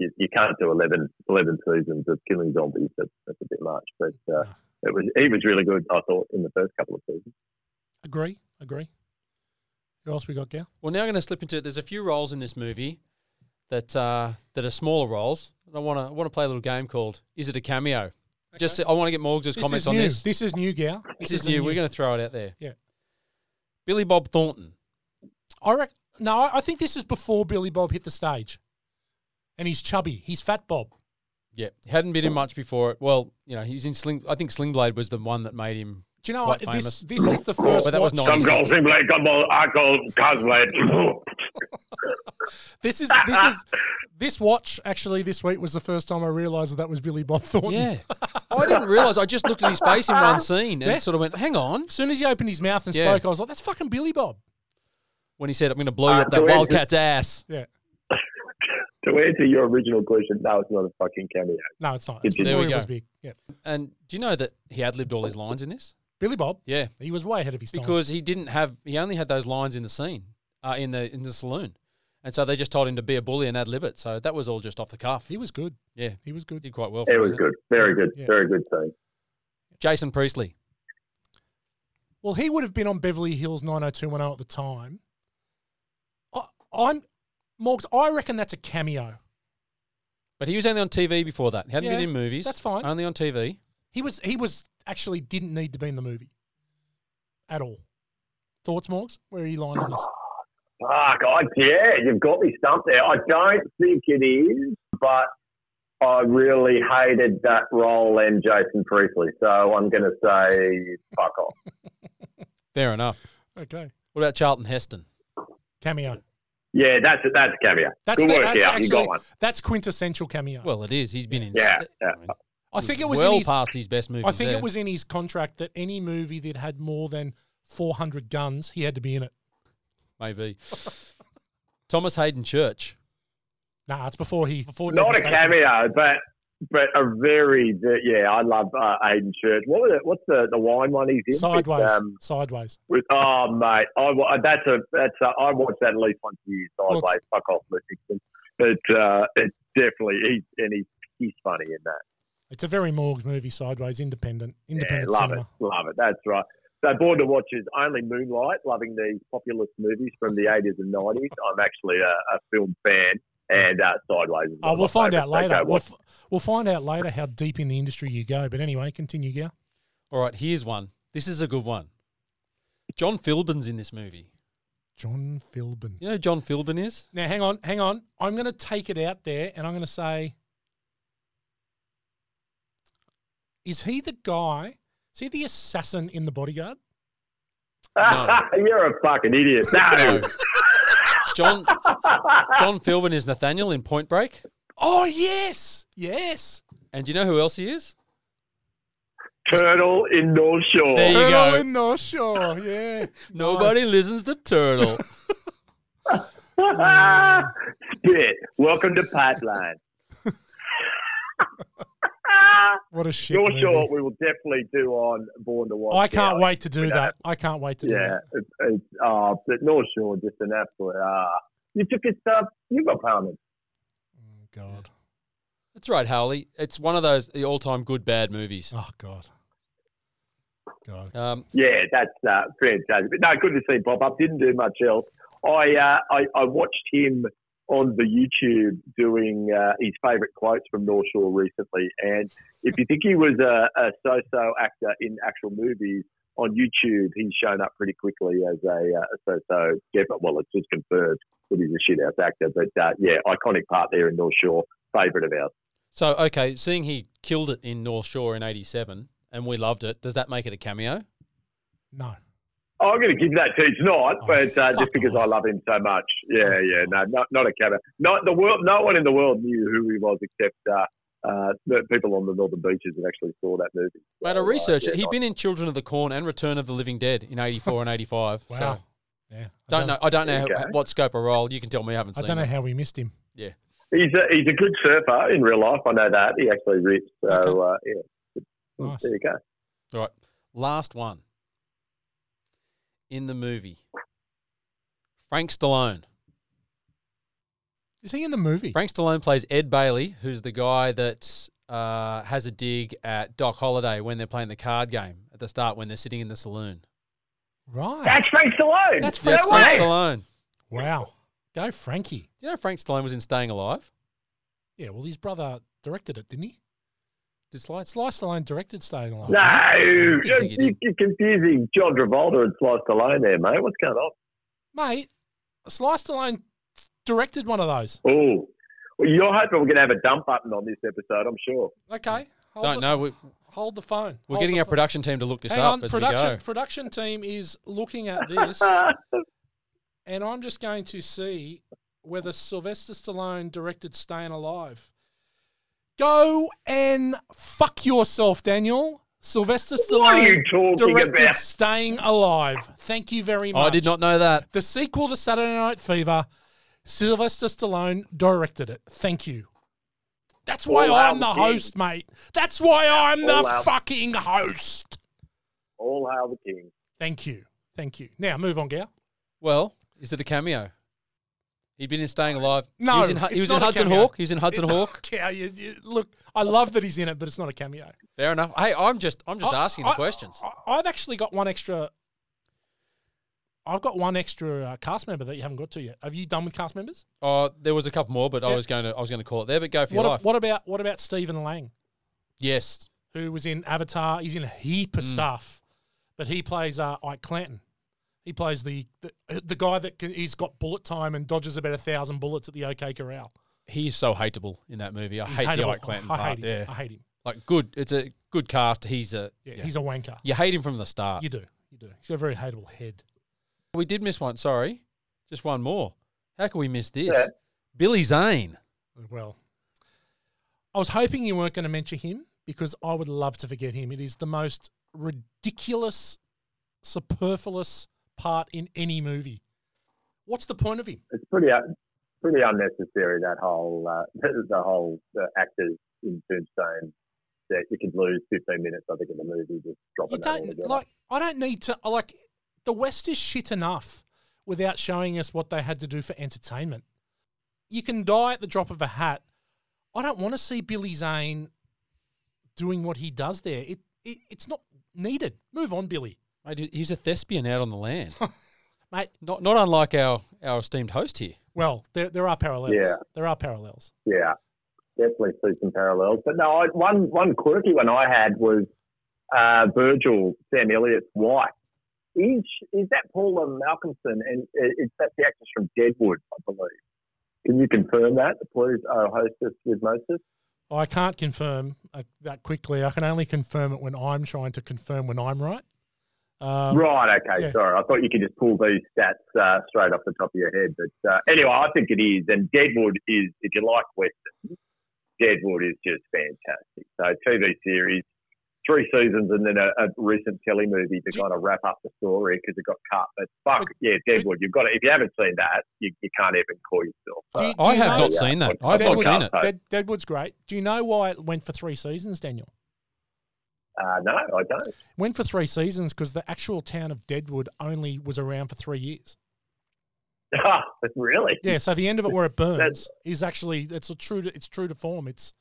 Speaker 3: you, you can't do 11, 11 seasons of killing zombies. That's, that's a bit much. But uh,
Speaker 1: Ah.
Speaker 3: it was he was really good, I thought, in the first couple of seasons.
Speaker 1: Agree. Agree. Who else we got, Gal?
Speaker 2: Well, now I'm going to slip into. There's a few roles in this movie that uh, that are smaller roles, and I want to want to play a little game called "Is it a cameo?" Just I want to get Morgs' comments
Speaker 1: is
Speaker 2: on
Speaker 1: new.
Speaker 2: this. This,
Speaker 1: This is new, Gal.
Speaker 2: is new. We're going to throw it out there.
Speaker 1: Yeah.
Speaker 2: Billy Bob Thornton.
Speaker 1: I reckon. No, I- I think this is before Billy Bob hit the stage, and he's chubby. He's Fat Bob.
Speaker 2: Yeah, hadn't been in much before it. Well, you know, he was in Sling. I think Slingblade was the one that made him.
Speaker 1: Do you know
Speaker 2: Quite
Speaker 1: what? This
Speaker 2: famous.
Speaker 1: this is the first.
Speaker 2: But that was
Speaker 1: watch-
Speaker 2: Some Nice. girls
Speaker 3: seem like I call cosplay.
Speaker 1: This is this is this watch actually this week was the first time I realised that that was Billy Bob Thornton.
Speaker 2: Yeah, I didn't realize. I just looked at his face in one scene and
Speaker 1: Yeah.
Speaker 2: sort of went, "Hang on."
Speaker 1: As soon as he opened his mouth and
Speaker 2: Yeah.
Speaker 1: spoke, I was like, "That's fucking Billy Bob."
Speaker 2: When he said, "I'm going to blow you
Speaker 3: Uh,
Speaker 2: up
Speaker 3: so
Speaker 2: that
Speaker 3: is it-
Speaker 2: wildcat's ass."
Speaker 1: Yeah.
Speaker 3: to answer your original question, no, it's not a fucking cameo.
Speaker 1: No, it's not. It's
Speaker 3: There
Speaker 1: before
Speaker 2: we
Speaker 1: he
Speaker 2: go.
Speaker 1: was big. Yeah.
Speaker 2: And do you know that he had lived all his lines in this?
Speaker 1: Billy Bob.
Speaker 2: Yeah.
Speaker 1: He was way ahead of his time.
Speaker 2: because he didn't have he only had those lines in the scene uh, in the in the saloon and so they just told him to be a bully and ad lib it so that was all just off the cuff
Speaker 1: he was good.
Speaker 2: yeah
Speaker 1: He was good.
Speaker 2: did quite well for
Speaker 3: It was
Speaker 2: him.
Speaker 3: good. Very good.
Speaker 1: Yeah.
Speaker 3: Very good thing.
Speaker 2: jason priestley
Speaker 1: Well, he would have been on Beverly Hills 90210 at the time. I, I'm Morgs. I reckon that's a cameo.
Speaker 2: but he was only on tv before that he hadn't
Speaker 1: Yeah,
Speaker 2: been in movies
Speaker 1: that's fine.
Speaker 2: only on tv
Speaker 1: He was. He was actually didn't need to be in the movie at all. Thoughts, Morgs? Where are you lying on this?
Speaker 3: Fuck, I, yeah, you've got me stumped there. I don't think it is, but I really hated that role and Jason Priestley, so I'm going to say fuck off.
Speaker 2: fair enough
Speaker 1: Okay,
Speaker 2: what about charlton heston
Speaker 1: cameo.
Speaker 3: Yeah, that's that's a cameo.
Speaker 1: That's
Speaker 3: Good
Speaker 1: the,
Speaker 3: work,
Speaker 1: that's
Speaker 3: yeah, you got
Speaker 1: actually
Speaker 3: one.
Speaker 1: that's quintessential cameo.
Speaker 2: well it is he's been in
Speaker 3: Yeah, yeah.
Speaker 1: I think it was
Speaker 2: well
Speaker 1: in his,
Speaker 2: past his best movie
Speaker 1: I think it was in his contract that any movie that had more than 400 guns, he had to be in it.
Speaker 2: maybe thomas hayden church
Speaker 1: Nah, it's before he before
Speaker 3: Not a
Speaker 1: Ned's Station.
Speaker 3: cameo, but but a very ve- yeah. I love uh, Aiden Church. What was it, what's the the wine one he's in?
Speaker 1: Sideways,
Speaker 3: With, um,
Speaker 1: sideways.
Speaker 3: with, oh mate, I wa- that's a that's a, I watch that at least once a year.
Speaker 1: Well,
Speaker 3: Sideways,
Speaker 1: it's-
Speaker 3: fuck off, Livingston. But uh, it's definitely he's and he's he's funny in that.
Speaker 1: It's a very Morgs movie. Sideways, independent,
Speaker 3: Yeah,
Speaker 1: independent
Speaker 3: love
Speaker 1: cinema.
Speaker 3: it, love it. That's right. So Born to Watch is only Moonlight, loving these populist movies from the 80s and 90s. I'm actually a, a film fan, and uh, Sideways. Is
Speaker 1: Oh,
Speaker 3: one of
Speaker 1: we'll
Speaker 3: my
Speaker 1: find out
Speaker 3: favourites. So
Speaker 1: later.
Speaker 3: go
Speaker 1: We'll,
Speaker 3: watch
Speaker 1: f- we'll find out later how deep in the industry you go. But anyway, continue, Gow.
Speaker 2: all right here's one this is a good one john philbin's in this movie
Speaker 1: John Philbin.
Speaker 2: you know who john philbin is
Speaker 1: Now, hang on, hang on. I'm going to take it out there and I'm going to say, is he the guy? Is he the assassin in The Bodyguard?
Speaker 3: You're a fucking idiot. No.
Speaker 2: John John Philbin is Nathaniel in Point Break,
Speaker 1: Oh, yes. Yes.
Speaker 2: and do you know who else he is?
Speaker 3: Turtle in North Shore.
Speaker 2: There you
Speaker 1: Turtle
Speaker 2: go.
Speaker 1: in North Shore. Yeah.
Speaker 2: Nobody listens to Turtle.
Speaker 3: Spit. Welcome to Pipeline.
Speaker 1: What a shit.
Speaker 3: North
Speaker 1: movie.
Speaker 3: Shore, we will definitely do on Born to Watch.
Speaker 1: I can't
Speaker 3: now.
Speaker 1: wait to do that. I can't wait to do
Speaker 3: Yeah,
Speaker 1: that.
Speaker 3: it, it's uh, but North Shore uh, just an absolute. Uh, you took his stuff. You got pounded.
Speaker 1: Oh, God.
Speaker 2: That's right, Howley. It's one of those the all-time good bad movies.
Speaker 1: Oh God. God.
Speaker 2: Um,
Speaker 3: Yeah, that's uh, fantastic. But no, good to see Bob up. Didn't do much else. I uh, I, I watched him on the YouTube doing uh, his favourite quotes from North Shore recently, and if you think he was a, a so-so actor in actual movies on YouTube, he's shown up pretty quickly as a, uh, a so-so. Definitely, well, it's just confirmed that he's a shithouse actor. But uh, yeah, iconic part there in North Shore, favourite of ours.
Speaker 2: so okay, seeing he killed it in North Shore in '87 and we loved it, does that make it a cameo?
Speaker 1: No.
Speaker 3: Oh, I'm going to give that to you tonight,
Speaker 1: Oh,
Speaker 3: but uh,
Speaker 1: fuck
Speaker 3: just because
Speaker 1: off.
Speaker 3: I love him so much.
Speaker 2: Oh.
Speaker 3: Yeah, yeah, no, not, not a camera. Not the world. No one in the world knew who he was except uh, uh, the people on the northern beaches that actually saw that movie.
Speaker 2: Mate, I
Speaker 3: So, uh,
Speaker 2: researched
Speaker 3: yeah,
Speaker 2: it. He'd
Speaker 3: nice.
Speaker 2: been in Children of the Corn and Return of the Living Dead in '84 and '85.
Speaker 1: Wow.
Speaker 2: So
Speaker 1: yeah. I
Speaker 2: don't know. I don't know
Speaker 3: There you
Speaker 2: how-
Speaker 3: go.
Speaker 2: what scope or role. You can tell me. I haven't
Speaker 1: I
Speaker 2: seen.
Speaker 1: don't know
Speaker 2: it.
Speaker 1: how we missed him.
Speaker 3: He's a, he's a good surfer in real life. I know that he actually rips. So
Speaker 2: Okay.
Speaker 3: uh, yeah,
Speaker 1: Nice.
Speaker 3: there you go.
Speaker 2: All right. Last one. In the movie, Frank Stallone.
Speaker 1: Is he in the movie?
Speaker 2: Frank Stallone plays Ed Bailey, who's the guy that uh, has a dig at Doc Holliday when they're playing the card game at the start when they're sitting in the saloon.
Speaker 1: Right.
Speaker 3: That's Frank Stallone.
Speaker 1: That's
Speaker 2: Yes,
Speaker 1: No
Speaker 2: Frank
Speaker 1: way.
Speaker 2: Stallone.
Speaker 1: wow. Go Frankie.
Speaker 2: Do you know Frank Stallone was in Staying Alive?
Speaker 1: Yeah, well, his brother directed it, didn't he?
Speaker 2: Did Slice?
Speaker 1: Slice Stallone directed Staying Alive.
Speaker 3: No,
Speaker 2: didn't think he
Speaker 3: you're,
Speaker 2: did.
Speaker 3: you're confusing John Travolta and Sly Stallone there, mate. What's going on?
Speaker 1: Mate, Slice Stallone directed one of those.
Speaker 3: Oh, well, you're hoping we're going to have a dump button on this episode. I'm sure.
Speaker 1: Okay. Hold
Speaker 2: Don't
Speaker 1: the,
Speaker 2: know. We,
Speaker 1: Hold the phone.
Speaker 2: we're
Speaker 1: Hold
Speaker 2: getting
Speaker 1: the
Speaker 2: our
Speaker 1: pho-
Speaker 2: production team to look this
Speaker 1: Hang
Speaker 2: up
Speaker 1: on.
Speaker 2: as
Speaker 1: Production,
Speaker 2: we go.
Speaker 1: production team is looking at this, and I'm just going to see whether Sylvester Stallone directed Staying Alive. Go and fuck yourself, Daniel. Sylvester Stallone
Speaker 3: What are you talking
Speaker 1: directed
Speaker 3: about?
Speaker 1: Staying Alive. Thank you very much.
Speaker 2: I did not know that.
Speaker 1: The sequel to Saturday Night Fever, Sylvester Stallone directed it. Thank you. That's why
Speaker 3: All
Speaker 1: I'm
Speaker 3: hail
Speaker 1: the
Speaker 3: the king.
Speaker 1: host, mate. That's why I'm the
Speaker 3: All hail-
Speaker 1: fucking host.
Speaker 3: All hail the king.
Speaker 1: Thank you. Thank you. Now move on, Gow.
Speaker 2: Well, is it a cameo? He'd been in Staying Alive.
Speaker 1: No,
Speaker 2: he was in, Hu- he
Speaker 1: it's
Speaker 2: was in
Speaker 1: not a
Speaker 2: Hudson
Speaker 1: cameo.
Speaker 2: Hawk. He was in Hudson Hawk.
Speaker 1: Gow, you, you, look, I love that he's in it, but it's not a cameo.
Speaker 2: Fair enough. Hey, I'm just I'm just
Speaker 1: I-
Speaker 2: asking the
Speaker 1: I-
Speaker 2: questions.
Speaker 1: I, have actually got one extra. I've got one extra uh, cast member that you haven't got to yet. Have you done with cast members?
Speaker 2: Oh, there was a couple more, but I
Speaker 1: Yeah.
Speaker 2: was going to I was going to call it there. But go for
Speaker 1: What,
Speaker 2: your
Speaker 1: a-
Speaker 2: life.
Speaker 1: what about what about Stephen Lang?
Speaker 2: Yes,
Speaker 1: who was in Avatar. He's in a heap
Speaker 2: Mm.
Speaker 1: of stuff, but he plays uh, Ike Clanton. He plays the uh, the, the guy that can, he's got bullet time and dodges about a thousand bullets at the OK Corral.
Speaker 2: he's so hateable in that movie. I
Speaker 1: He's
Speaker 2: hate
Speaker 1: hateable.
Speaker 2: the Ike Clanton
Speaker 1: I
Speaker 2: part.
Speaker 1: hate him.
Speaker 2: yeah,
Speaker 1: I hate him.
Speaker 2: like good. It's a good cast. He's a
Speaker 1: Yeah,
Speaker 2: yeah.
Speaker 1: he's a wanker.
Speaker 2: you hate him from the start.
Speaker 1: You do. You do. He's got a very hateable head.
Speaker 2: We did miss one. Sorry, just one more. How can we miss this?
Speaker 3: Yeah.
Speaker 2: Billy Zane.
Speaker 1: Well, I was hoping you weren't going to mention him because I would love to forget him. It is the most ridiculous, superfluous part in any movie. What's the point of him?
Speaker 3: it's pretty un- pretty unnecessary that whole uh, the whole uh, actors in Tombstone that you could lose 15 minutes I think in the movie just
Speaker 1: You
Speaker 3: dropping that
Speaker 1: don't
Speaker 3: altogether.
Speaker 1: like. I don't need to. I Like the West is shit enough without showing us what they had to do for entertainment. You can die at the drop of a hat. I don't want to see Billy Zane doing what he does there. It, it it's not needed. Move on, Billy,
Speaker 2: Mate, he's a thespian out on the land.
Speaker 1: mate.
Speaker 2: not not unlike our our esteemed host here.
Speaker 1: Well, there there are parallels.
Speaker 3: Yeah.
Speaker 1: there are parallels.
Speaker 3: yeah, definitely see some parallels. But no, I, one one quirky one I had was uh, Virgil Sam Elliott's wife. Is is that Paula Malcolmson? And i- is that the actress from Deadwood? I believe. Can you confirm that, please? Oh, hostess with Moses.
Speaker 1: I can't confirm uh, that quickly. I can only confirm it when I'm trying to confirm when I'm right. Um,
Speaker 3: Right. Okay.
Speaker 1: yeah.
Speaker 3: Sorry. I thought you could just pull these stats uh, straight off the top of your head. But uh, anyway, I think it is. And Deadwood is, if you like westerns, Deadwood is just fantastic. So TV series, three seasons, and then a, a recent telly movie to
Speaker 1: Do-
Speaker 3: kind of wrap up the story because it got cut. But fuck
Speaker 1: But-
Speaker 3: yeah, Deadwood. You've got to, If you haven't seen that, you, you can't even call yourself.
Speaker 1: Do you-
Speaker 3: uh,
Speaker 1: do
Speaker 2: I
Speaker 1: you know-
Speaker 2: have not seen that. I've not
Speaker 1: Deadwood-
Speaker 2: seen it.
Speaker 1: Dead, Deadwood's great. Do you know why it went for three seasons, Daniel?
Speaker 3: uh, no, I don't.
Speaker 1: Went for three seasons because the actual town of Deadwood only was around for three years.
Speaker 3: really?
Speaker 1: Yeah, so the end of it where it burns is actually it's a true to, it's true to form. It's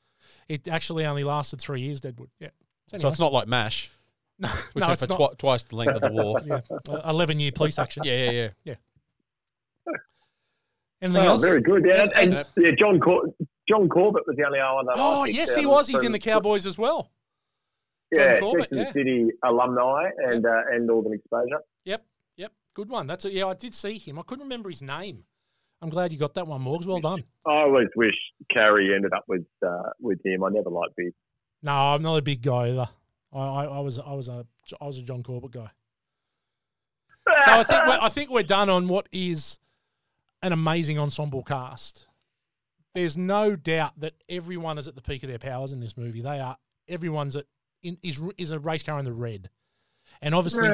Speaker 1: It actually only lasted three years, Deadwood. Yeah.
Speaker 2: So it's not like MASH,
Speaker 1: no,
Speaker 2: which
Speaker 1: no,
Speaker 2: went
Speaker 1: it's
Speaker 2: for
Speaker 1: not.
Speaker 2: twi- twice the length of the war.
Speaker 1: yeah, uh, eleven year police action.
Speaker 2: Yeah, yeah, yeah.
Speaker 1: Anything
Speaker 3: Oh,
Speaker 1: else?
Speaker 3: very good. Yeah,
Speaker 1: Yeah,
Speaker 3: and
Speaker 2: and-
Speaker 3: yeah, John Cor- John Corbett was the only one that. I um,
Speaker 1: Oh
Speaker 3: picked
Speaker 1: yes,
Speaker 3: out
Speaker 1: he
Speaker 3: of
Speaker 1: was. He's in the
Speaker 3: from-
Speaker 1: Cowboys as well.
Speaker 3: Yeah,
Speaker 1: John Corbett,
Speaker 3: Christian
Speaker 1: yeah.
Speaker 3: City alumni and uh, and Northern Exposure.
Speaker 1: Yep, yep. Good one. That's it. Yeah, I did see him. I couldn't remember his name. I'm glad you got that one, Morgs. Well done.
Speaker 3: I always wish Carrie ended up with uh, with him. I never liked him.
Speaker 1: No, I'm not a big guy either. I, I, I was I was a I was a John Corbett guy. So I think we're, I think we're done on what is an amazing ensemble cast. There's no doubt that everyone is at the peak of their powers in this movie. They are everyone's at in, is is a race car in the red, and obviously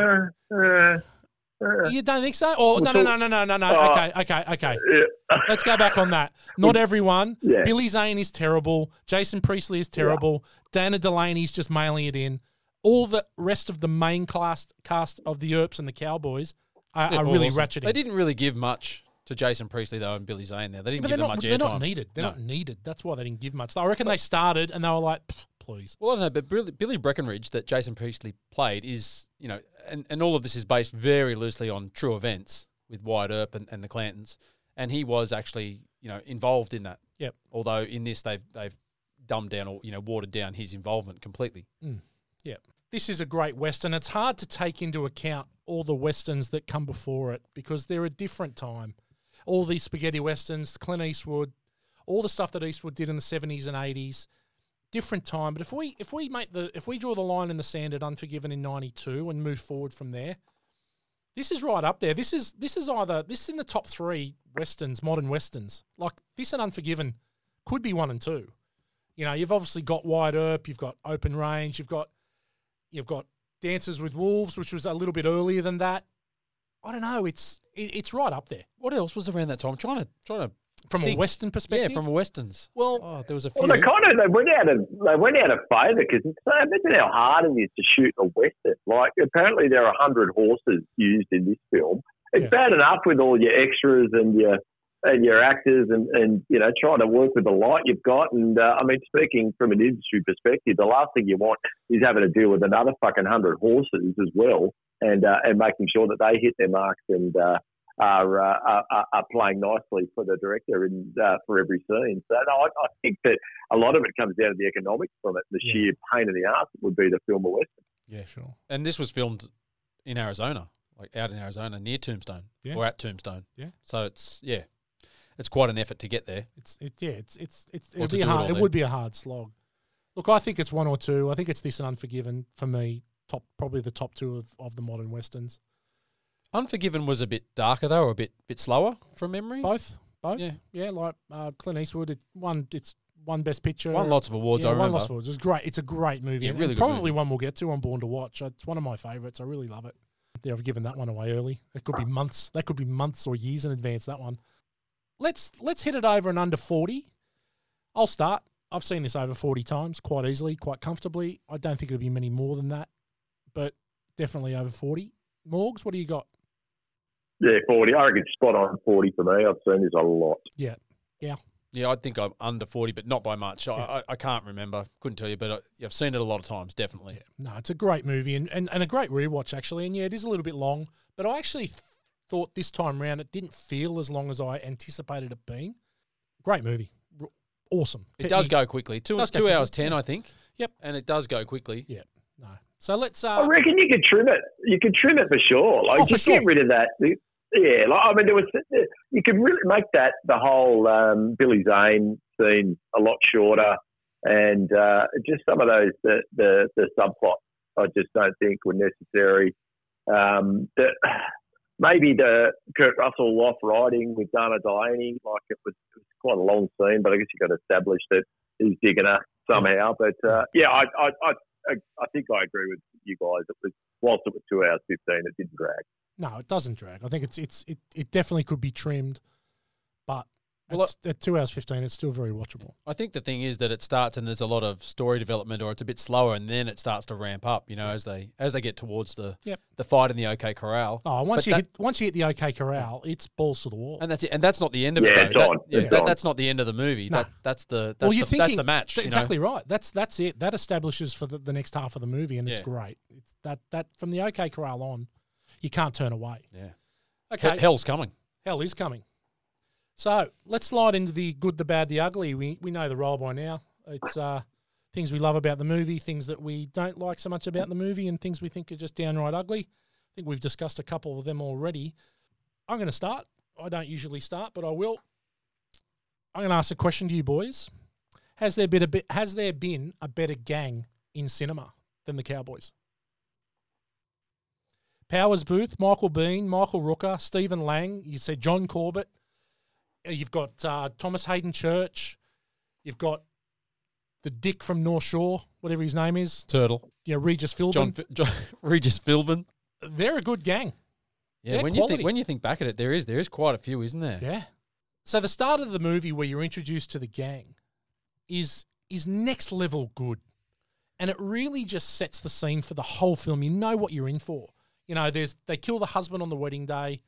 Speaker 3: Uh,
Speaker 1: you don't think so. Or no, no, no, no, no, no, no.
Speaker 3: Uh,
Speaker 1: okay, okay, okay.
Speaker 3: Yeah.
Speaker 1: Let's go back on that. Not everyone.
Speaker 3: Yeah.
Speaker 1: Billy Zane is terrible. Jason Priestley is terrible. Dana Delaney's just mailing it in. All the rest of the main cast cast of the Earps and the Cowboys are,
Speaker 2: They're
Speaker 1: are really
Speaker 2: awesome.
Speaker 1: ratcheting.
Speaker 2: They didn't really give much to Jason Priestley though and Billy Zane there. They didn't
Speaker 1: but
Speaker 2: give
Speaker 1: they're
Speaker 2: them
Speaker 1: not,
Speaker 2: much
Speaker 1: they're
Speaker 2: airtime.
Speaker 1: not needed. They're
Speaker 2: No.
Speaker 1: not needed. That's why they didn't give much. I reckon they started and they were like, "Pff, please.
Speaker 2: Well, I don't know, but Billy- Billy Breckenridge that Jason Priestley played is, you know, and, and all of this is based very loosely on true events with Wyatt Earp and, and the Clantons, and he was actually, you know, involved in that.
Speaker 1: Yep.
Speaker 2: Although in this they've they've dumbed down or you know watered down his involvement completely.
Speaker 1: Yeah. This is a great Western. It's hard to take into account all the Westerns that come before it because they're a different time. All these spaghetti Westerns, Clint Eastwood, all the stuff that Eastwood did in the 70s and 80s, different time. But if we if we make the if we draw the line in the sand at Unforgiven in 92 and move forward from there, this is right up there. This is this is either this is in the top 3 Westerns, modern Westerns. Like this and Unforgiven could be one and two. You know, you've obviously got Wide Earp, you've got Open Range, you've got You've got Dances with Wolves, which was a little bit earlier than that. I don't know. It's it, it's right up there
Speaker 2: What else was around that time? I'm trying to trying to
Speaker 1: from a
Speaker 2: Think-
Speaker 1: Western
Speaker 2: yeah
Speaker 1: perspective.
Speaker 2: from westerns. Well, oh, there was a few.
Speaker 3: Well, they kind of they went out of they went out of favour because imagine how hard it is to shoot a western. Like apparently there are hundred horses used in this film. It's
Speaker 1: Yeah.
Speaker 3: bad enough with all your extras and your and your actors and and you know trying to work with the light you've got. And uh, I mean, speaking from an industry perspective, the last thing you want is having to deal with another fucking hundred horses as well, and uh, and making sure that they hit their marks and. Uh, are, uh, are- are are playing nicely for the director and uh, for every scene. So no, I, I think that a lot of it comes down to the economics from it. The
Speaker 1: Yeah.
Speaker 3: sheer pain in the ass would be the film of Western.
Speaker 1: yeah, sure.
Speaker 2: and this was filmed in Arizona, like out in Arizona near Tombstone
Speaker 1: Yeah.
Speaker 2: or at Tombstone.
Speaker 1: Yeah.
Speaker 2: So it's yeah, it's quite an effort to get there.
Speaker 1: It's it, yeah. It's it's it's
Speaker 2: Or
Speaker 1: it'd
Speaker 2: to
Speaker 1: be a
Speaker 2: do it all
Speaker 1: hard, it
Speaker 2: then.
Speaker 1: would be a hard slog. Look, I think it's one or two. I think it's this and Unforgiven for me. Top probably the top two of, of the modern westerns.
Speaker 2: Unforgiven was a bit darker though, or a bit bit slower from memory.
Speaker 1: Both, both. Yeah,
Speaker 2: Yeah.
Speaker 1: like uh, Clint Eastwood. It, one it's one best picture.
Speaker 2: Won lots of awards.
Speaker 1: Yeah,
Speaker 2: I
Speaker 1: one
Speaker 2: remember.
Speaker 1: lost awards. It was great. It's a great movie.
Speaker 2: Yeah,
Speaker 1: and-
Speaker 2: really
Speaker 1: and
Speaker 2: good
Speaker 1: probably
Speaker 2: movie.
Speaker 1: one we'll get to on Born to Watch. Uh, It's one of my favourites. I really love it. Yeah, I've given that one away early. It could be months. That could be months or years in advance. That one. Let's let's hit it over and under forty. I'll start. I've seen this over forty times, quite easily, quite comfortably. I don't think it'll be many more than that, but definitely over forty. Morgs, what do you got?
Speaker 3: Yeah, forty. I reckon spot on forty for me. I've seen this a lot.
Speaker 1: Yeah,
Speaker 2: Yeah, I think I'm under forty, but not by much. I, I, I can't remember. Couldn't tell you, but I, I've seen it a lot of times, definitely.
Speaker 1: No, it's a great movie and, and, and a great rewatch, actually. And yeah, it is a little bit long, but I actually th- thought this time round it didn't feel as long as I anticipated it being. Great movie. R- awesome.
Speaker 2: It does go quickly. Two
Speaker 1: Does go
Speaker 2: two
Speaker 1: quickly,
Speaker 2: hours ten, I think.
Speaker 1: Yep.
Speaker 2: And it does go quickly.
Speaker 1: Yeah, no. So let's.
Speaker 3: I
Speaker 1: Uh,
Speaker 3: reckon you could trim it. You could trim it for sure. Like
Speaker 1: Oh, for
Speaker 3: you
Speaker 1: sure.
Speaker 3: get rid of that. Yeah, like, I mean, there was you could really make that the whole um, Billy Zane scene a lot shorter, and uh, just some of those the the, the subplot I just don't think were necessary. Um, the, maybe the Kurt Russell off riding with Dana Diane, like it was, it was quite a long scene, but I guess you got to establish that he's digging her somehow. But uh, yeah, I, I I I- I think I agree with you guys. It was whilst it was two hours fifteen, it didn't drag.
Speaker 1: no, it doesn't drag. I think it's it's it, it definitely could be trimmed, but
Speaker 2: Well,
Speaker 1: at, at two hours fifteen, it's still very watchable.
Speaker 2: I think the thing is that it starts and there's a lot of story development, or it's a bit slower, and then it starts to ramp up. You know, as they as they get towards the
Speaker 1: Yep.
Speaker 2: the fight in the OK Corral.
Speaker 1: Oh, once
Speaker 2: But
Speaker 1: you
Speaker 2: that-
Speaker 1: hit once you hit the OK Corral, it's balls to the wall.
Speaker 2: and that's it, and that's not the end of it.
Speaker 3: Yeah,
Speaker 2: though.
Speaker 3: it's
Speaker 2: That-
Speaker 3: on.
Speaker 2: yeah,
Speaker 3: It's
Speaker 2: that-
Speaker 3: on.
Speaker 2: that's not the end of the movie.
Speaker 1: No.
Speaker 2: That that's the that's,
Speaker 1: well,
Speaker 2: the,
Speaker 1: you're
Speaker 2: that's
Speaker 1: thinking
Speaker 2: the match.
Speaker 1: th-
Speaker 2: you know?
Speaker 1: exactly right. That's that's it. That establishes for the, the next half of the movie, and it's
Speaker 2: Yeah.
Speaker 1: great. It's that that from the OK Corral on, you can't turn away.
Speaker 2: Yeah.
Speaker 1: Okay.
Speaker 2: He- Hell's coming.
Speaker 1: Hell is coming. So let's slide into the good, the bad, the ugly. We we know the role by now. It's uh, things we love about the movie, things that we don't like so much about the movie, and things we think are just downright ugly. I think we've discussed a couple of them already. I'm going to start. I don't usually start, but I will. I'm going to ask a question to you boys. Has there been a bit, has there been a better gang in cinema than the Cowboys? Powers Booth, Michael Bean, Michael Rooker, Stephen Lang. You said John Corbett. Uh, You've got uh, Thomas Hayden Church. You've got the Dick from North Shore, whatever his name is.
Speaker 2: Turtle.
Speaker 1: You know, Regis Philbin.
Speaker 2: John, Fi- John Regis Philbin.
Speaker 1: They're a good gang.
Speaker 2: Yeah,
Speaker 1: They're
Speaker 2: when you
Speaker 1: quality.
Speaker 2: think when you think back at it, there is there is quite a few, isn't there?
Speaker 1: Yeah. So the start of the movie where you're introduced to the gang is is next level good. And it really just sets the scene for the whole film. You know what you're in for. You know, there's they kill the husband on the wedding day.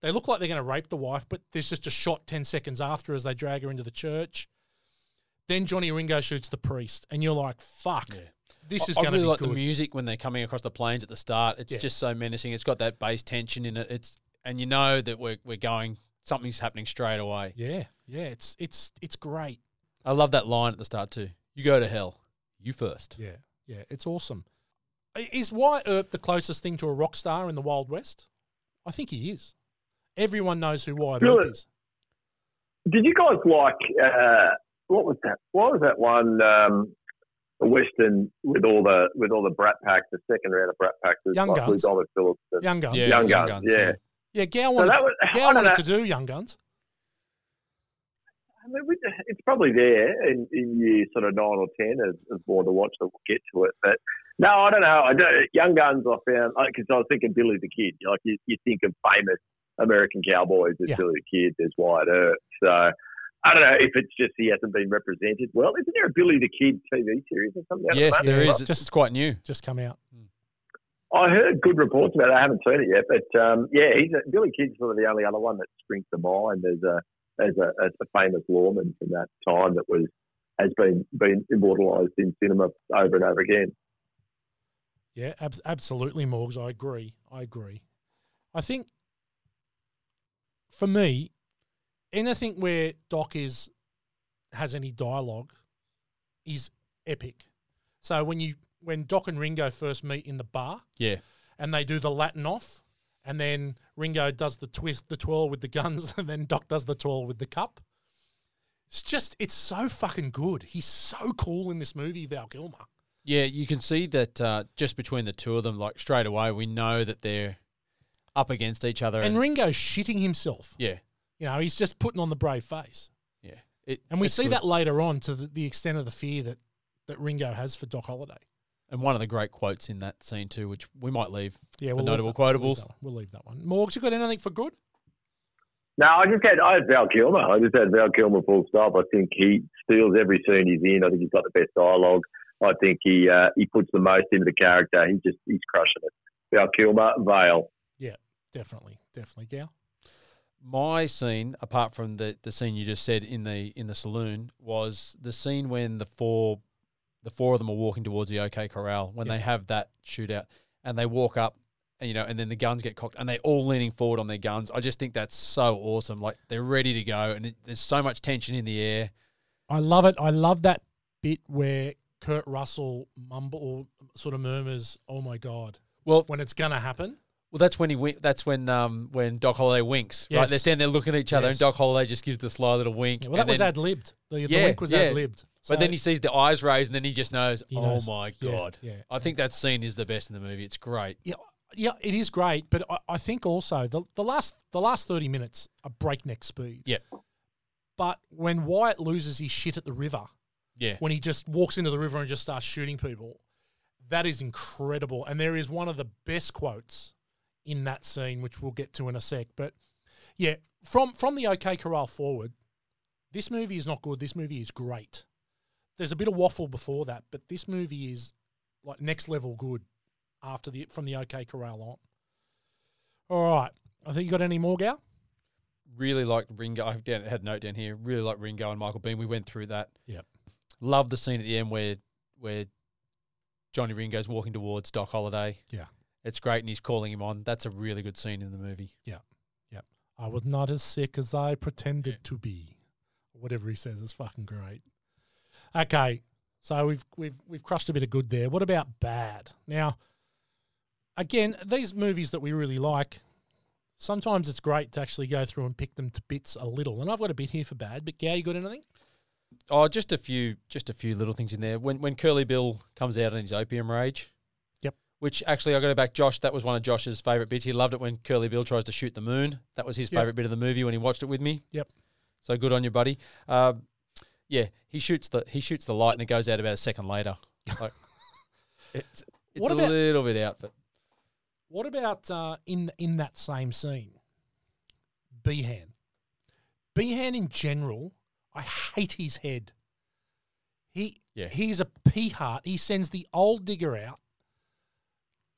Speaker 1: They look like they're going to rape the wife, but there's just a shot 10 seconds after as they drag her into the church. Then Johnny Ringo shoots the priest, and you're like, fuck, this is
Speaker 2: I, I
Speaker 1: going
Speaker 2: really
Speaker 1: to be
Speaker 2: like
Speaker 1: good.
Speaker 2: the music when they're coming across the plains at the start. It's
Speaker 1: Yeah.
Speaker 2: just so menacing. It's got that bass tension in it. It's and you know that we're we're going something's happening straight away.
Speaker 1: yeah, yeah, it's it's it's great.
Speaker 2: I love that line at the start too. You go to hell, you first.
Speaker 1: Yeah, yeah, it's awesome. I- Is Wyatt Earp the closest thing to a rock star in the Wild West? I think he is. Everyone knows who Wyatt
Speaker 3: Really?
Speaker 1: Earp is.
Speaker 3: Did you guys like uh, what was that? What was that one um, Western with all the with all the Brat Pack, the second round of Brat Pack, was
Speaker 1: Young
Speaker 3: like
Speaker 1: Guns.
Speaker 3: Lou Donald Phillips, and-
Speaker 1: Young Guns.
Speaker 2: Yeah,
Speaker 1: Yeah,
Speaker 3: Young,
Speaker 2: Young
Speaker 3: Guns,
Speaker 2: Guns,
Speaker 3: yeah.
Speaker 2: yeah.
Speaker 1: Gao wanted,
Speaker 3: that was- I
Speaker 1: Gao
Speaker 3: don't
Speaker 1: wanted
Speaker 3: know.
Speaker 1: to do Young Guns.
Speaker 3: I mean, we- it's probably there in, in year sort of nine or ten of, of Born to Watch that we'll get to it. But no, I don't know. I don't, Young Guns, I found because I was thinking Billy the Kid. Like you, you think of famous American cowboys, there's
Speaker 1: Yeah.
Speaker 3: Billy the Kid, there's Wyatt Earp. So I don't know if it's just he hasn't been represented well. Isn't there a Billy the Kid TV series or something? out at the
Speaker 2: Yes,
Speaker 3: moment?
Speaker 2: there is.
Speaker 1: Yeah.
Speaker 2: It's, it's quite new.
Speaker 1: Just come out.
Speaker 3: I heard good reports about it. I haven't seen it yet, but um, yeah, he's a, Billy Kid's sort of the only other one that springs to mind. There's a as a, as a famous lawman from that time that was has been been immortalised in cinema over and over again.
Speaker 1: Yeah, ab- absolutely, Morgs. I agree. I agree. I think for me, anything where Doc is has any dialogue is epic. So when you when Doc and Ringo first meet in the bar,
Speaker 2: Yeah.
Speaker 1: and they do the Latin off, and then Ringo does the twist, the twirl with the guns, and then Doc does the twirl with the cup. It's just, it's so fucking good. He's so cool in this movie, Val Kilmer.
Speaker 2: Yeah, you can see that uh, just between the two of them, like straight away, we know that they're up against each other.
Speaker 1: And Ringo's shitting himself.
Speaker 2: yeah,
Speaker 1: You know, he's just putting on the brave face.
Speaker 2: yeah. It,
Speaker 1: And we
Speaker 2: it's
Speaker 1: see
Speaker 2: good.
Speaker 1: that later on to the, the extent of the fear that, that Ringo has for Doc Holliday.
Speaker 2: And one of the great quotes in that scene too, which we might leave.
Speaker 1: Yeah,
Speaker 2: for
Speaker 1: we'll leave
Speaker 2: notable
Speaker 1: that- we'll leave
Speaker 2: quotables.
Speaker 1: that one. We'll leave that one. Morgs, you got anything for good?
Speaker 3: No, I just had I had Val Kilmer. I just had Val Kilmer full stop. I think he steals every scene he's in. I think he's got the best dialogue. I think he uh, he puts the most into the character. He just he's crushing it. Val Kilmer, Vale.
Speaker 1: Definitely, definitely, Gal.
Speaker 2: My scene, apart from the, the scene you just said in the in the saloon, was the scene when the four the four of them are walking towards the OK Corral when they have that shootout and they walk up and you know and then the guns get cocked and they all leaning forward on their guns. I just think that's so awesome. Like they're ready to go and it, there's so much tension in the air.
Speaker 1: I love it. I love that bit where Kurt Russell mumble sort of murmurs, "Oh my god,"
Speaker 2: Well,
Speaker 1: when it's gonna happen.
Speaker 2: Well, that's when he win- that's when um when Doc Holliday winks. Right,
Speaker 1: Yes.
Speaker 2: they stand there looking at each other,
Speaker 1: Yes.
Speaker 2: and Doc Holliday just gives the sly little wink.
Speaker 1: Yeah, well, that
Speaker 2: and
Speaker 1: was
Speaker 2: then-
Speaker 1: ad libbed. The, the
Speaker 2: Yeah,
Speaker 1: link was
Speaker 2: yeah.
Speaker 1: ad libbed.
Speaker 2: But then he sees the eyes raised, and then he just knows.
Speaker 1: He
Speaker 2: oh
Speaker 1: knows.
Speaker 2: my
Speaker 1: Yeah,
Speaker 2: god!
Speaker 1: yeah.
Speaker 2: I think that scene is the best in the movie. It's great.
Speaker 1: yeah, yeah, it is great. But I, I think also the the last the last thirty minutes are breakneck speed.
Speaker 2: Yeah,
Speaker 1: But when Wyatt loses his shit at the river,
Speaker 2: yeah,
Speaker 1: when he just walks into the river and just starts shooting people. That is incredible. And there is one of the best quotes in that scene, which we'll get to in a sec. But yeah, from from the OK Corral forward, This movie is not good. This movie is great. There's a bit of waffle before that, but this movie is like next level good after the from the OK Corral on. All right. I think you got any more, Gal?
Speaker 2: Really liked Ringo. I had had a note down here. Really liked Ringo and Michael Bean. We went through that.
Speaker 1: Yep.
Speaker 2: Love the scene at the end where where Johnny Ringo's walking towards Doc Holliday.
Speaker 1: Yeah.
Speaker 2: It's great, and he's calling him on. That's a really good scene in the movie.
Speaker 1: I was not as sick as I pretended to be. Whatever he says is fucking great. Okay, so we've we've we've crushed a bit of good there. What about bad? Now, again, these movies that we really like, sometimes it's great to actually go through and pick them to bits a little. And I've got a bit here for bad, but Gary, you got anything?
Speaker 2: Oh, just a few, just a few little things in there. When when Curly Bill comes out in his opium rage.
Speaker 1: Yep.
Speaker 2: Which actually, I go back. Josh, that was one of Josh's favorite bits. He loved it when Curly Bill tries to shoot the moon. That was his
Speaker 1: Yep.
Speaker 2: favorite bit of the movie when he watched it with me.
Speaker 1: Yep.
Speaker 2: So good on you, buddy. Um, yeah, he shoots the he shoots the light and it goes out about a second later. Like, it's it's
Speaker 1: What
Speaker 2: a
Speaker 1: about-
Speaker 2: little bit out, but
Speaker 1: What about uh, in in that same scene? Behan. Behan in general, I hate his head. He
Speaker 2: Yeah.
Speaker 1: he's a pea heart. He sends the old digger out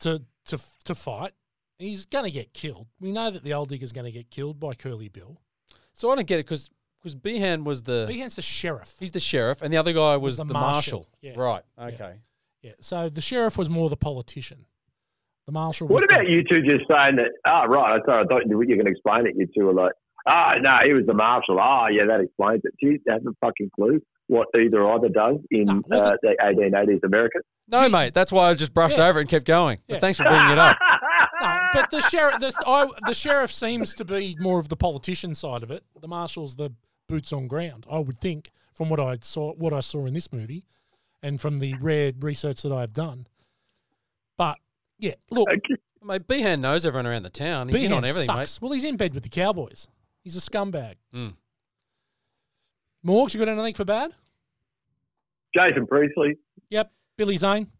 Speaker 1: to to to fight. He's gonna get killed. We know that the old digger's gonna get killed by Curly Bill.
Speaker 2: so I don't get it because because Behan was the
Speaker 1: Behan's the sheriff.
Speaker 2: he's the sheriff and the other guy was,
Speaker 1: the
Speaker 2: the,
Speaker 1: marshal.
Speaker 2: marshal.
Speaker 1: Yeah.
Speaker 2: Right. Okay.
Speaker 1: Yeah. So the sheriff was more the politician. The marshal.
Speaker 3: What
Speaker 1: was the-
Speaker 3: about you two just saying that? Ah, right. I thought I thought you were going to explain it. You two were like, ah, no, he was the marshal. Ah, yeah, that explains it. Do you have a fucking clue what either either does in
Speaker 1: No, well,
Speaker 3: uh, the 1880s America?
Speaker 2: No, mate. That's why I just brushed
Speaker 1: Yeah.
Speaker 2: over it and kept going.
Speaker 1: Yeah.
Speaker 2: But thanks for bringing it up.
Speaker 1: No, but the sheriff, the, I, the sheriff seems to be more of the politician side of it. The marshal's the boots on ground, I would think, from what I saw, what I saw in this movie, and from the rare research that I've done. But yeah, look,
Speaker 2: Mate, Behan knows everyone around the town. He's
Speaker 1: Behan
Speaker 2: in on everything,
Speaker 1: sucks. Well, he's in bed with the Cowboys. He's a scumbag.
Speaker 2: Mm.
Speaker 1: Morgs, you got anything for bad?
Speaker 3: Jason Priestley.
Speaker 1: Yep, Billy Zane.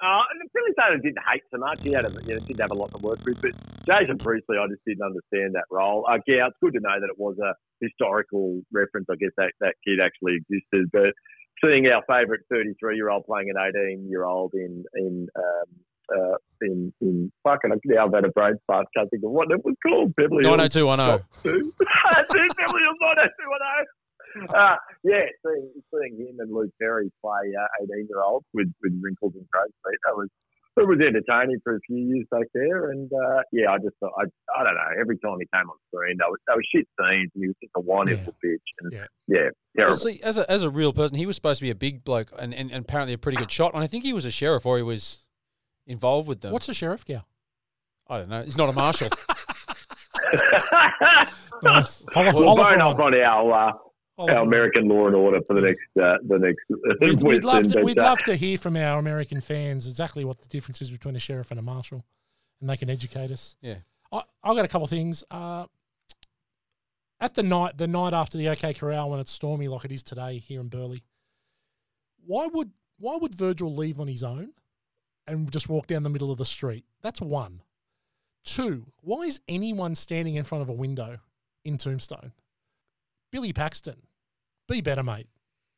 Speaker 3: Uh, Billy Zane didn't hate so much. He had a, you know, didn't have a lot to work with, but Jason Priestley, I just didn't understand that role. Uh, yeah, it's good to know that it was a historical reference. I guess that, that kid actually existed, but seeing our favourite 33 year old playing an 18 year old in in um, uh, in in fucking now I've had a brain fart. Can't think of what it was called. Beverly
Speaker 2: mate.
Speaker 3: Hills
Speaker 2: 90210.
Speaker 3: two. Dude, Beverly Hills 90210. Uh, yeah, seeing, seeing him and Luke Perry play uh, 18 year olds with, with wrinkles and crow's feet, that was it was entertaining for a few years back there. And uh, yeah, I just thought, I, I don't know, every time he came on screen, they were, they were shit scenes and he was just a whiny
Speaker 1: Yeah.
Speaker 3: little bitch. And
Speaker 1: Yeah.
Speaker 3: yeah, terrible.
Speaker 2: See, as a as a real person, he was supposed to be a big bloke and, and, and apparently a pretty good shot. And I think he was a sheriff or he was involved with them.
Speaker 1: What's the sheriff gal?
Speaker 2: I don't know. He's not a marshal.
Speaker 1: Nice. Holla-
Speaker 3: We'll
Speaker 1: holla for
Speaker 3: bone
Speaker 1: one.
Speaker 3: up on our uh,
Speaker 1: Holla
Speaker 3: our
Speaker 1: for one.
Speaker 3: American law and order for the next uh, the next
Speaker 1: We'd, we'd, love
Speaker 3: Western,
Speaker 1: to,
Speaker 3: but,
Speaker 1: we'd
Speaker 3: uh,
Speaker 1: love to hear from our American fans exactly what the difference is between a sheriff and a marshal, and they can educate us.
Speaker 2: Yeah.
Speaker 1: I, I've got a couple of things. Uh, at the night, the night after the OK Corral, when it's stormy like it is today here in Burleigh, why would why would Virgil leave on his own and just walk down the middle of the street? That's one. Two. Why is anyone standing in front of a window in Tombstone? Billy Paxton, be better, mate.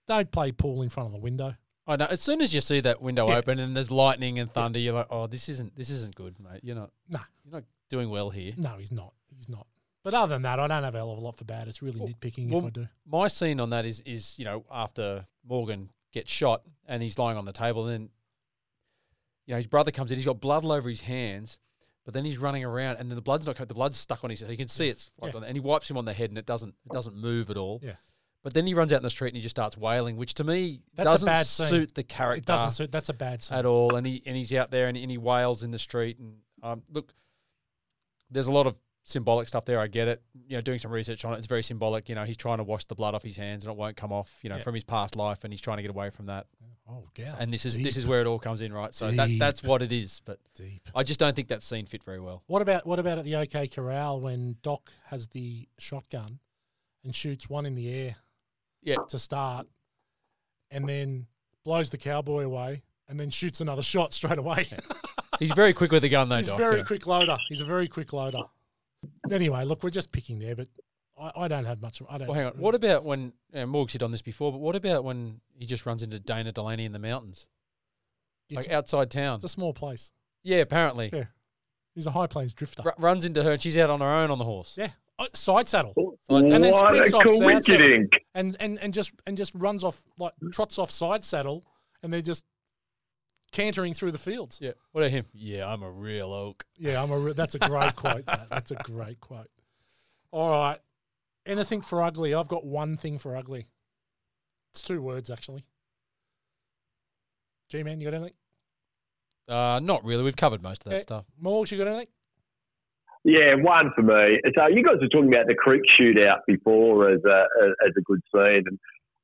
Speaker 1: Don't play pool in front of the window.
Speaker 2: I know. As soon as you see that window
Speaker 1: Yeah.
Speaker 2: open and there's lightning and thunder, you're like, oh, this isn't this isn't good, mate. You're not
Speaker 1: Nah.
Speaker 2: you're not doing well here.
Speaker 1: No, he's not. He's not. But other than that, I don't have a hell of a lot for bad. It's really nitpicking if
Speaker 2: well-
Speaker 1: I do.
Speaker 2: my scene on that is is you know after Morgan gets shot and he's lying on the table and then you know his brother comes in he's got blood all over his hands but then he's running around and then the blood's not co- the blood's stuck on his you can see it's like
Speaker 1: Yeah.
Speaker 2: and he wipes him on the head and it doesn't it doesn't move at all
Speaker 1: Yeah.
Speaker 2: but then he runs out in the street and he just starts wailing which to me
Speaker 1: That's a
Speaker 2: doesn't
Speaker 1: bad scene.
Speaker 2: suit the character
Speaker 1: It doesn't suit. That's a bad scene.
Speaker 2: at all, and he and he's out there and, and he wails in the street. And um, look, there's a lot of symbolic stuff there. I get it. You know, doing some research on it, it's very symbolic. You know, he's trying to wash the blood off his hands, and it won't come off. You know,
Speaker 1: Yeah.
Speaker 2: from his past life, and he's trying to get away from that.
Speaker 1: Oh, yeah.
Speaker 2: And this is
Speaker 1: deep,
Speaker 2: this is where it all comes in, right? So that
Speaker 1: Deep.
Speaker 2: that's what it is. But
Speaker 1: deep.
Speaker 2: I just don't think that scene fit very well.
Speaker 1: What about what about at the OK Corral when Doc has the shotgun and shoots one in the air
Speaker 2: Yeah.
Speaker 1: to start, and then blows the cowboy away, and then shoots another shot straight away.
Speaker 2: He's very quick with the gun, though.
Speaker 1: He's
Speaker 2: Doc,
Speaker 1: very
Speaker 2: yeah.
Speaker 1: quick loader. He's a very quick loader. Anyway, look, we're just picking there, but I, I don't have much. I don't.
Speaker 2: Well, hang on. What about when and Morgs hit on this before? But what about when he just runs into Dana Delaney in the mountains,
Speaker 1: It's-
Speaker 2: like outside town?
Speaker 1: It's a small place.
Speaker 2: yeah, apparently
Speaker 1: Yeah. He's a high plains drifter.
Speaker 2: Ru- runs into her and she's out on her own on the horse.
Speaker 1: Yeah. Oh, side saddle.
Speaker 3: What
Speaker 1: And then
Speaker 3: a
Speaker 1: springs off side saddle.
Speaker 3: coincidence!
Speaker 1: And, and and just and just runs off like trots off side saddle and they're just cantering through the fields.
Speaker 2: Yeah. What about him? Yeah, I'm a real oak.
Speaker 1: Yeah, I'm a. Re- that's a great quote. That. That's a great quote. All right. Anything for ugly? I've got one thing for ugly. It's two words actually. G man, you got anything?
Speaker 2: Uh, not really. We've covered most of that
Speaker 1: Yeah.
Speaker 2: stuff.
Speaker 1: Morgs, you got anything?
Speaker 3: Yeah, one for me. So you guys were talking about the creek shootout before as a as a good scene, and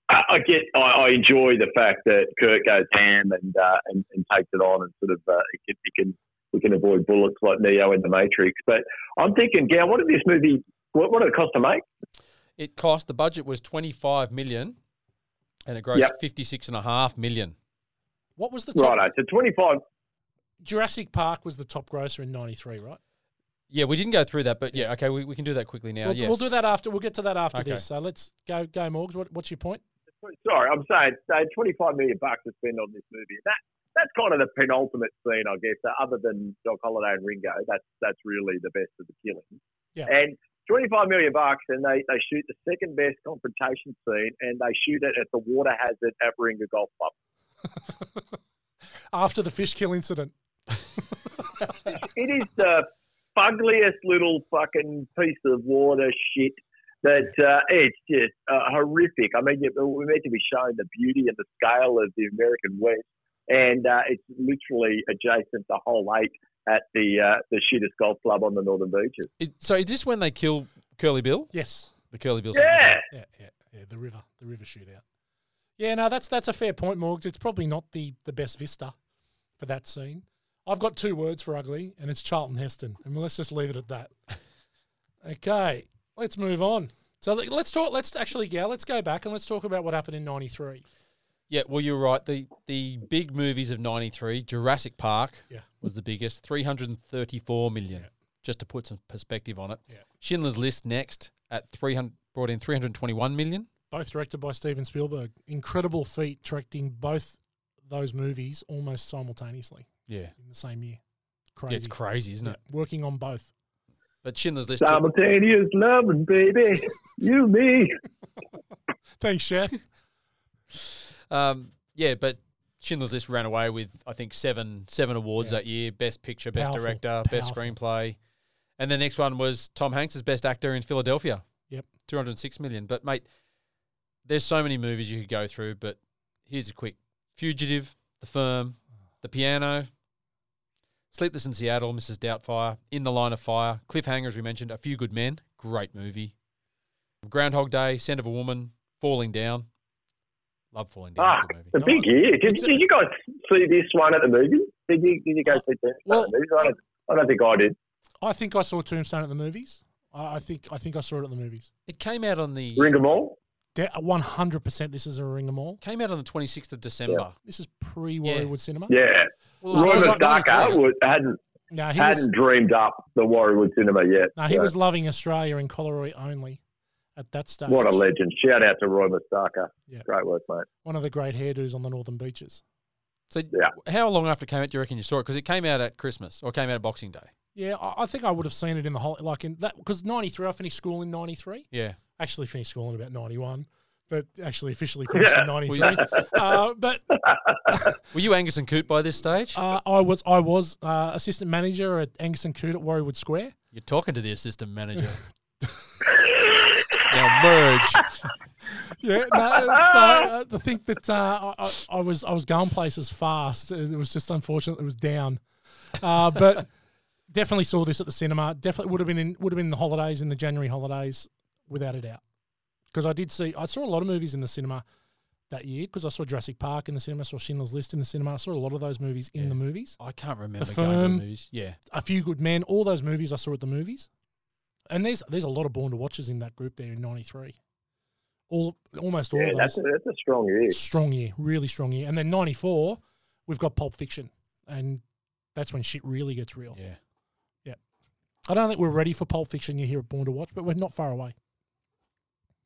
Speaker 3: I, I get I, I enjoy the fact that Kurt goes ham and uh, and, and takes it on and sort of uh, it, can, it can we can avoid bullets like Neo in the Matrix. But I'm thinking, Gow, what did this movie? What, what did it cost to make?
Speaker 2: It cost the budget was 25 million, and it grossed
Speaker 3: Yep.
Speaker 2: 56 and a half million.
Speaker 1: What was the top?
Speaker 3: Righto, so 25.
Speaker 1: Jurassic Park was the top grosser in '93, right?
Speaker 2: Yeah, we didn't go through that, but yeah, okay, we, we can do that quickly now.
Speaker 1: we'll,
Speaker 2: yes.
Speaker 1: we'll do that after. We'll get to that after
Speaker 2: Okay.
Speaker 1: this. So let's go, go, Morgs. What, what's your point?
Speaker 3: Sorry, I'm saying so 25 million bucks to spend on this movie. That that's kind of the penultimate scene, I guess. Other than Doc Holliday and Ringo, that's that's really the best of the killing.
Speaker 1: Yeah.
Speaker 3: And 25 million bucks, and they, they shoot the second best confrontation scene, and they shoot it at the water hazard at Ringo Golf Club.
Speaker 1: After the fish kill incident,
Speaker 3: It is the fuggliest little fucking piece of water shit that uh, it's just uh, horrific. I mean, you- we're meant to be showing the beauty and the scale of the American West, and uh, it's literally adjacent to whole lake at the uh, the Shooters Golf Club on the Northern Beaches.
Speaker 2: Is- so is this when they kill Curly Bill?
Speaker 1: yes,
Speaker 2: The Curly Bill.
Speaker 3: Yeah,
Speaker 1: yeah, yeah, yeah. The river, the river shootout. Yeah, no, that's that's a fair point, Morgs. It's probably not the the best vista for that scene. I've got two words for ugly, and it's Charlton Heston, and let's just leave it at that. Okay, let's move on. So let- let's talk. Let's actually, yeah, let's go back and let's talk about what happened in '93.
Speaker 2: Yeah, well, you're right. The the big movies of '93, Jurassic Park,
Speaker 1: Yeah.
Speaker 2: was the biggest, 334 million. Just to put some perspective on it,
Speaker 1: Yeah.
Speaker 2: Schindler's List next at 300 brought in 321 million.
Speaker 1: both directed by Steven Spielberg. Incredible feat directing both those movies almost simultaneously
Speaker 2: Yeah,
Speaker 1: in the same year. Crazy.
Speaker 2: yeah it's crazy, isn't it?
Speaker 1: Working on both.
Speaker 2: But Schindler's List, took-
Speaker 3: simultaneous loving, baby, you me.
Speaker 1: Thanks, Chef.
Speaker 2: um, yeah, but Schindler's List ran away with I think seven seven awards that year: best picture, best
Speaker 1: Powerful,
Speaker 2: director, best
Speaker 1: powerful.
Speaker 2: screenplay, and the next one was Tom Hanks' best actor in Philadelphia.
Speaker 1: Yep.
Speaker 2: 206 million. But mate, there's so many movies you could go through, but here's a quick Fugitive, The Firm, The Piano, Sleepless in Seattle, Mrs. Doubtfire, In the Line of Fire, Cliffhanger, as we mentioned, A Few Good Men, great movie. Groundhog Day, Scent of a Woman, Falling Down. Love Falling Down.
Speaker 3: Ah,
Speaker 2: good movie.
Speaker 3: the big year. Did, did you guys see this one at the movie? Did you, did you guys see this one at the movies? I don't, I don't think I did.
Speaker 1: I think I saw Tombstone at the movies. I, I think I think I saw it at the movies.
Speaker 2: It came out on the
Speaker 3: Ring 'em all.
Speaker 1: One hundred percent. This is a ringer mall.
Speaker 2: came out on the 26th of December.
Speaker 1: This is pre
Speaker 2: Yeah.
Speaker 1: Warriorwood Cinema.
Speaker 3: Yeah.
Speaker 2: Well, it
Speaker 3: Roy
Speaker 2: was like
Speaker 3: Mustaka
Speaker 2: 93.
Speaker 3: was, hadn't
Speaker 1: No, he
Speaker 3: hadn't
Speaker 1: was
Speaker 3: dreamed up the Warriwood Cinema yet.
Speaker 1: no, he
Speaker 3: So,
Speaker 1: was loving Australia and Coleroy only at that stage.
Speaker 3: what a legend! Shout out to Roy Mustaka.
Speaker 1: Yeah.
Speaker 3: Great work, mate.
Speaker 1: One of the great hairdos on the northern beaches.
Speaker 2: So
Speaker 3: Yeah.
Speaker 2: how long after it came out do you reckon you saw it? Because it came out at Christmas or came out at Boxing Day.
Speaker 1: Yeah, I, I think I would have seen it in the whole like in that because ninety three. I finished school in ninety three.
Speaker 2: Yeah.
Speaker 1: actually finished school in about 91, but actually officially finished in 93. uh, but
Speaker 2: Were you Angus and Coot by this stage?
Speaker 1: uh, I was I was uh, assistant manager at Angus and Coot at Warriewood Square.
Speaker 2: You're talking to the assistant manager. now merge.
Speaker 1: Yeah, no, uh, so uh, I think that uh, I, I, I was I was going places fast. It was just unfortunate it was down, uh, but definitely saw this at the cinema. Definitely would have been in would have been in the holidays in the January holidays without a doubt. Because I did see I saw a lot of movies in the cinema that year. Because I saw Jurassic Park in the cinema, saw Schindler's List in the cinema. I saw a lot of those movies in the movies.
Speaker 2: I can't remember
Speaker 1: The
Speaker 2: going to the
Speaker 1: Firm.
Speaker 2: movies. Yeah.
Speaker 1: A Few Good Men, all those movies I saw at the movies. And there's there's a lot of Born to Watchers in that group there in '93. All almost all
Speaker 3: Yeah,
Speaker 1: of those
Speaker 3: that's a, that's a strong year.
Speaker 1: strong year, really strong year. And then '94, we've got Pulp Fiction, and that's when shit really gets real.
Speaker 2: Yeah.
Speaker 1: I don't think we're ready for Pulp Fiction year here at Born to Watch, but we're not far away.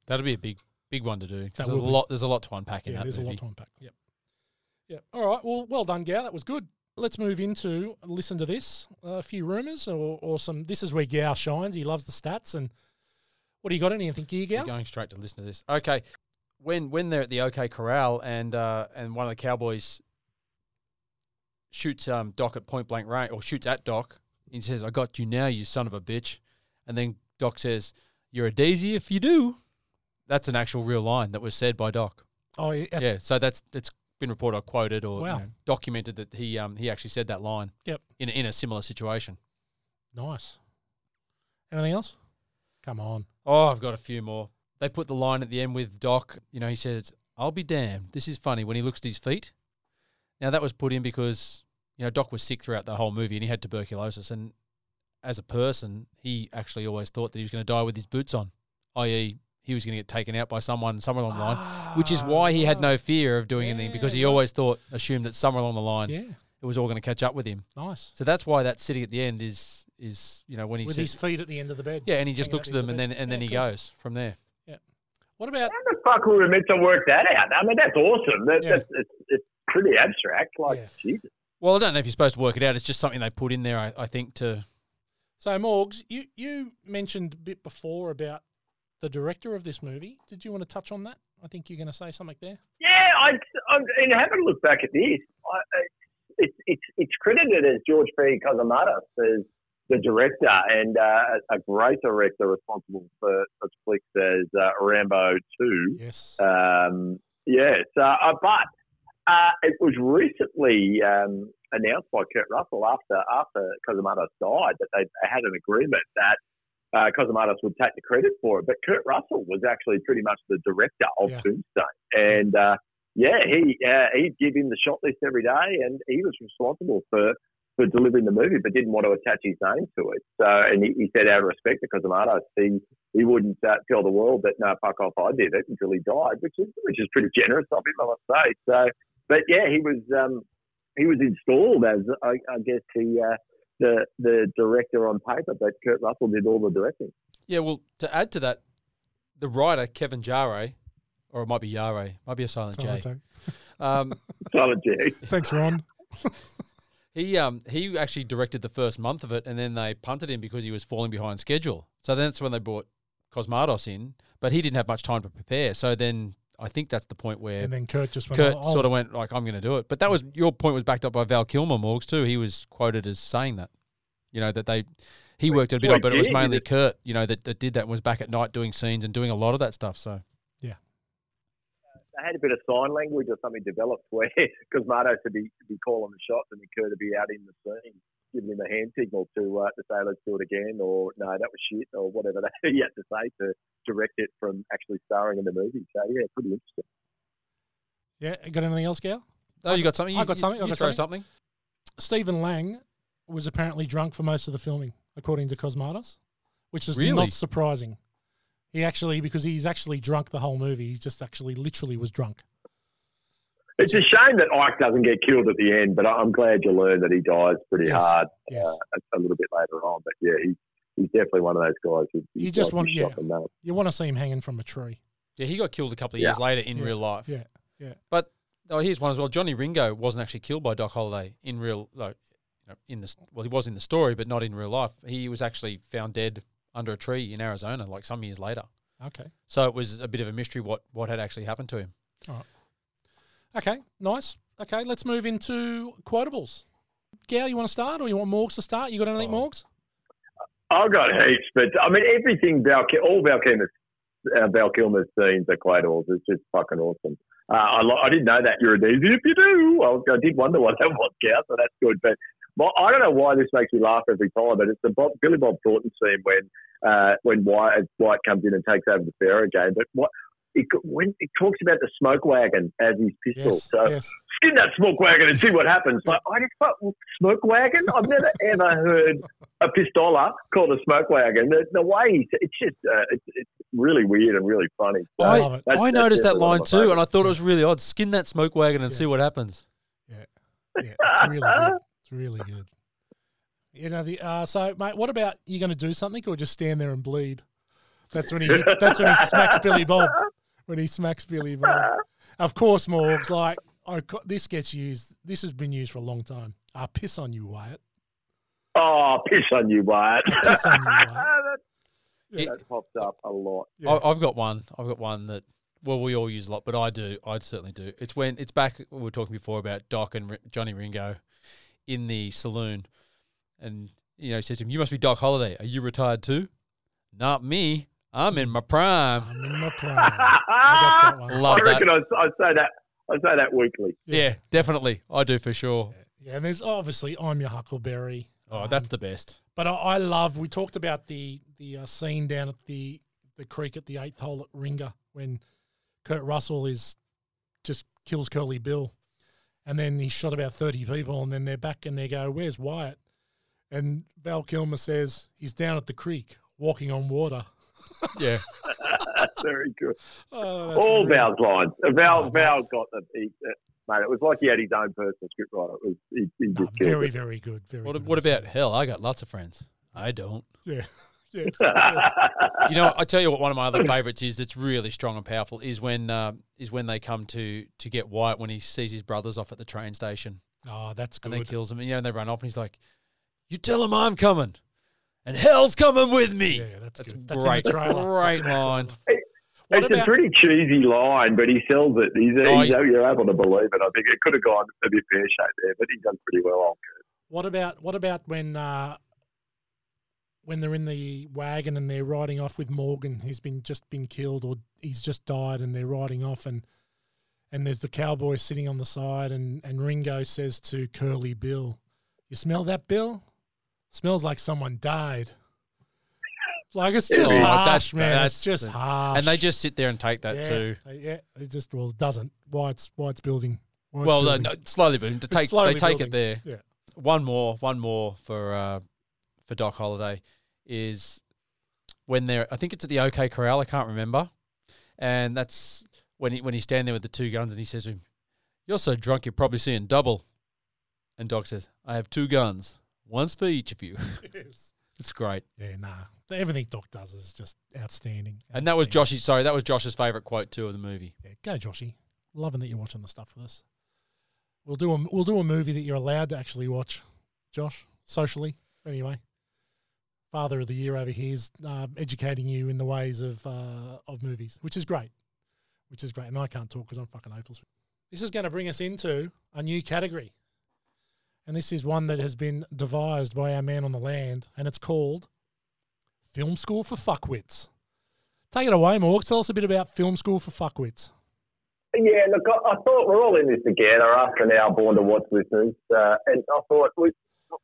Speaker 2: That'll be a big, big one to do. 'cause
Speaker 1: That
Speaker 2: There's a
Speaker 1: will be.
Speaker 2: lot. There's a lot to unpack in
Speaker 1: Yeah,
Speaker 2: that
Speaker 1: there's a lot
Speaker 2: movie.
Speaker 1: to unpack. Yep. Yep. All right. Well, well done, Gow. That was good. Let's move into listen to this. a few rumors or, or some. This is where Gow shines. He loves the stats. And what do you got? Anything here,
Speaker 2: You're
Speaker 1: Gow?
Speaker 2: going straight to listen to this. Okay, when when they're at the OK Corral and uh, and one of the cowboys shoots um, Doc at point blank range, or shoots at Doc, he says, "I got you now, you son of a bitch," and then Doc says, "You're a daisy if you do." That's an actual real line that was said by Doc.
Speaker 1: Oh, yeah.
Speaker 2: Yeah, so that's it's been reported or quoted or you
Speaker 1: Wow.
Speaker 2: know, documented that he um he actually said that line.
Speaker 1: Yep.
Speaker 2: In a, in a similar situation.
Speaker 1: Nice. Anything else? Come on.
Speaker 2: Oh, I've got a few more. They put the line at the end with Doc. You know, he says, "I'll be damned." This is funny when he looks at his feet. Now that was put in because you know Doc was sick throughout the whole movie and he had tuberculosis, and as a person, he actually always thought that he was going to die with his boots on, i.e., he was going to get taken out by someone somewhere along the line, which is why
Speaker 1: Ah.
Speaker 2: he had no fear of doing anything because he always thought, assumed that somewhere along the line,
Speaker 1: Yeah.
Speaker 2: it was all going to catch up with him.
Speaker 1: Nice.
Speaker 2: So that's why that sitting at the end is is you know when he
Speaker 1: With
Speaker 2: says
Speaker 1: his feet at the end of the bed.
Speaker 2: yeah, and he just
Speaker 1: hanging
Speaker 2: looks at
Speaker 1: out the
Speaker 2: them
Speaker 1: end
Speaker 2: and
Speaker 1: of the
Speaker 2: then
Speaker 1: bed.
Speaker 2: and then
Speaker 1: Yeah,
Speaker 2: he
Speaker 1: cool.
Speaker 2: goes from there.
Speaker 1: What about
Speaker 3: Yeah.
Speaker 1: yeah.
Speaker 3: How the fuck were we meant to work that out? I mean, that's awesome. That,
Speaker 1: Yeah.
Speaker 3: That's it's, it's pretty abstract. Like,
Speaker 1: Yeah.
Speaker 3: Jesus.
Speaker 2: Well, I don't know if you're supposed to work it out. It's just something they put in there, I, I think, to
Speaker 1: so Morgs? You you mentioned a bit before about the director of this movie. Did you want to touch on that? I think you're going to say something there.
Speaker 3: Yeah, I, I and having a look back at this, I, it's it's it's credited as George P. Cosmatos as the director and uh, a great director responsible for such flicks as uh, Rambo Two.
Speaker 1: Yes.
Speaker 3: Um, yeah, so, uh, but uh, it was recently um, announced by Kurt Russell after after Cosmatos died that they had an agreement that uh, Cosmatos would take the credit for it. But Kurt Russell was actually pretty much the director of
Speaker 1: Yeah.
Speaker 3: Tombstone, and uh, yeah, he uh, he'd give him the shot list every day, and he was responsible for. For delivering the movie, but didn't want to attach his name to it. So, and he, he said, out of respect to Cosmatos, he he wouldn't uh, tell the world that no, fuck off, I did it until he died, which is which is pretty generous of him, I must say. So, but yeah, he was um, he was installed as I, I guess the uh, the the director on paper, but Kurt Russell did all the directing.
Speaker 2: yeah. Well, to add to that, the writer Kevin Jare, or it might be Yare, might be a silent J. Um,
Speaker 3: Simon G.
Speaker 1: Thanks, Ron.
Speaker 2: he um he actually directed the first month of it, and then they punted him because he was falling behind schedule. So then that's when they brought Cosmatos in, but he didn't have much time to prepare. So then I think that's the point where
Speaker 1: And then Kurt just went.
Speaker 2: Kurt
Speaker 1: oh,
Speaker 2: sort of went like, "I'm going to do it." But that was your point was backed up by Val Kilmer, Morgs too. He was quoted as saying that, you know, that they he worked it a bit
Speaker 3: Well,
Speaker 2: on, but it was
Speaker 3: yeah,
Speaker 2: mainly
Speaker 3: it-
Speaker 2: Kurt, you know, that, that did that and was back at night doing scenes and doing a lot of that stuff. So
Speaker 3: They had a bit of sign language or something developed where Cosmatos would be, be calling the shots and then Kurt would be out in the scene giving him a hand signal to uh, to say let's do it again or no that was shit or whatever they he had to say to direct it from actually starring in the movie. So yeah, pretty interesting.
Speaker 1: yeah. Got anything else, Gal?
Speaker 2: oh, you got something? You,
Speaker 1: I got
Speaker 2: you-
Speaker 1: something, I
Speaker 2: you
Speaker 1: got
Speaker 2: throw
Speaker 1: something. Stephen Lang was apparently drunk for most of the filming, according to Cosmatos, which is
Speaker 2: Really?
Speaker 1: not surprising. He actually, because he's actually drunk the whole movie. He just actually literally was drunk.
Speaker 3: It's a shame that Ike doesn't get killed at the end, but I- I'm glad you learned that he dies pretty
Speaker 1: Yes,
Speaker 3: hard
Speaker 1: yes.
Speaker 3: uh, a- a little bit later on. But yeah, he, he's definitely one of those guys. Who,
Speaker 1: You just want- yeah.
Speaker 3: yeah.
Speaker 1: You want to see him hanging from a tree.
Speaker 2: Yeah, he got killed a couple of
Speaker 3: Yeah.
Speaker 2: years later in
Speaker 1: Yeah,
Speaker 2: real life.
Speaker 1: yeah, yeah.
Speaker 2: But oh, here's one as well. Johnny Ringo wasn't actually killed by Doc Holliday in real, like, you know, in the well, he was in the story, but not in real life. He was actually found dead under a tree in Arizona, like some years later.
Speaker 1: Okay.
Speaker 2: So it was a bit of a mystery what what had actually happened to him.
Speaker 1: Okay. Nice. Okay. Let's move into quotables. Gal, you want to start or you want Morgs to start? You got anything, Morgs?
Speaker 3: I've got heaps, but I mean, everything, Val, Kil- all Val Kilmer's, uh, Val Kilmer's scenes are Quaidors. It's just fucking awesome. Uh, I, lo- I didn't know that you're an easy if you do. I, was, I did wonder what that was, Gal, so that's good. But my, I don't know why this makes me laugh every time, but it's the Bob, Billy Bob Thornton scene when uh, when White, White comes in and takes over the fair again. But what it, when it talks about the smoke wagon as his pistol,
Speaker 1: Yes.
Speaker 3: so
Speaker 1: yes.
Speaker 3: skin that smoke wagon and see what happens. Like, I just thought, smoke wagon? I've never ever heard a pistola called a smoke wagon. The, the way he's, it's just, uh, it's, it's really weird and really funny. So
Speaker 1: I
Speaker 2: I,
Speaker 1: love it.
Speaker 3: that's-
Speaker 2: I
Speaker 3: that's
Speaker 2: noticed that
Speaker 3: definitely one
Speaker 2: line
Speaker 3: of
Speaker 2: too,
Speaker 3: my
Speaker 2: and I thought it was really odd. Skin that smoke wagon and
Speaker 1: Yeah.
Speaker 2: see what happens.
Speaker 1: Yeah, it's really good. It's really good. You know the uh, so mate, what about you going to do something or just stand there and bleed? That's when he hits, that's when he smacks Billy Bob. When he smacks Billy Bob. Of course, Morg's like, oh, co- this gets used. This has been used for a long time. I piss on you, Wyatt.
Speaker 3: Oh, piss on you, Wyatt.
Speaker 1: Piss on you, Wyatt.
Speaker 3: that,
Speaker 2: It-
Speaker 3: that popped up a lot.
Speaker 1: Yeah.
Speaker 2: I, I've got one. I've got one that well, we all use a lot, but I do. I certainly do. It's when it's back. We were talking before about Doc and R- Johnny Ringo in the saloon, and you know, he says to him, "You must be Doc Holiday. Are you retired too? Not me. I'm in my prime.
Speaker 1: I'm in my prime. I got that one.
Speaker 2: Love
Speaker 3: I
Speaker 2: that.
Speaker 3: reckon I, I say that. I say that weekly.
Speaker 2: Yeah. definitely. I do for sure.
Speaker 1: Yeah, and there's obviously I'm your Huckleberry.
Speaker 2: Oh, that's the best.
Speaker 1: But I, I love. We talked about the the uh, scene down at the the creek at the eighth hole at Ringer when Kurt Russell is just kills Curly Bill, and then he shot about thirty people, and then they're back and they go, "Where's Wyatt?" And Val Kilmer says he's down at the creek walking on water.
Speaker 2: Yeah,
Speaker 3: Very good.
Speaker 1: Oh, that's
Speaker 3: All
Speaker 1: really-
Speaker 3: Val's lines. Val,
Speaker 1: Oh,
Speaker 3: Val got the. He, uh, mate, it was like he had his own personal scriptwriter. It was he, he
Speaker 1: No,
Speaker 3: just killed
Speaker 1: very,
Speaker 3: it.
Speaker 1: very good. Very.
Speaker 2: What,
Speaker 1: good
Speaker 2: what
Speaker 1: episode.
Speaker 2: about hell? I got lots of friends. I don't.
Speaker 1: Yeah. yes, yes.
Speaker 2: You know, I tell you what. One of my other favorites is that's really strong and powerful is when uh, is when they come to to get White when he sees his brothers off at the train station
Speaker 1: Oh, that's
Speaker 2: and then
Speaker 1: good.
Speaker 2: kills them. And you know, and they run off, and he's like, "You tell him I'm coming, and hell's coming with me."
Speaker 1: Yeah, yeah, that's good. That's in the
Speaker 2: great,
Speaker 1: trailer.
Speaker 2: great
Speaker 1: That's in the trailer.
Speaker 2: line.
Speaker 1: What
Speaker 3: it's a
Speaker 1: about
Speaker 3: pretty cheesy line, but he sells it. He's,
Speaker 2: Oh,
Speaker 3: he's,
Speaker 2: he's-
Speaker 3: you're able to believe it. I think it could have gone a bit pear shaped there, but he's done pretty well. On.
Speaker 1: What about what about when uh, when they're in the wagon and they're riding off with Morgan, who's been just been killed or he's just died, and they're riding off and and there's the cowboy sitting on the side, and and Ringo says to Curly Bill, "You smell that, Bill? Smells like someone died." Like it's just
Speaker 2: Oh,
Speaker 1: harsh,
Speaker 2: that's-
Speaker 1: man.
Speaker 2: that's
Speaker 1: it's just
Speaker 2: the-
Speaker 1: harsh.
Speaker 2: And they just sit there and take that
Speaker 1: yeah,
Speaker 2: too.
Speaker 1: they- yeah. It just well it doesn't. White's White's building. White's
Speaker 2: Well, uh,
Speaker 1: building.
Speaker 2: no, slowly, but to
Speaker 1: It's
Speaker 2: take
Speaker 1: slowly
Speaker 2: they take
Speaker 1: building.
Speaker 2: it there.
Speaker 1: Yeah.
Speaker 2: One more, one more for uh, for Doc Holiday is when they're. I think it's at the OK Corral. I can't remember, and that's when he, when he's standing there with the two guns, and he says to him, "You're so drunk, you're probably seeing double." And Doc says, "I have two guns, one's for each of you." it's great.
Speaker 1: Yeah, nah. Everything Doc does is just outstanding.
Speaker 2: And that was
Speaker 1: Outstanding.
Speaker 2: Josh's. Sorry, that was Josh's favorite quote too of the movie.
Speaker 1: Yeah, go, Joshy. Loving that you're watching the stuff with us. We'll do a we'll do a movie that you're allowed to actually watch, Josh. Socially, anyway. Father of the Year over here is uh, educating you in the ways of uh, of movies, which is great, which is great. And I can't talk because I'm fucking hopeless. This is going to bring us into a new category, and this is one that has been devised by our man on the land, and it's called Film School for Fuckwits. Take it away, Morg. Tell us a bit about Film School for Fuckwits.
Speaker 3: Yeah, look, I, I thought we're all in this together after an hour born to watch listeners, uh, and I thought, we,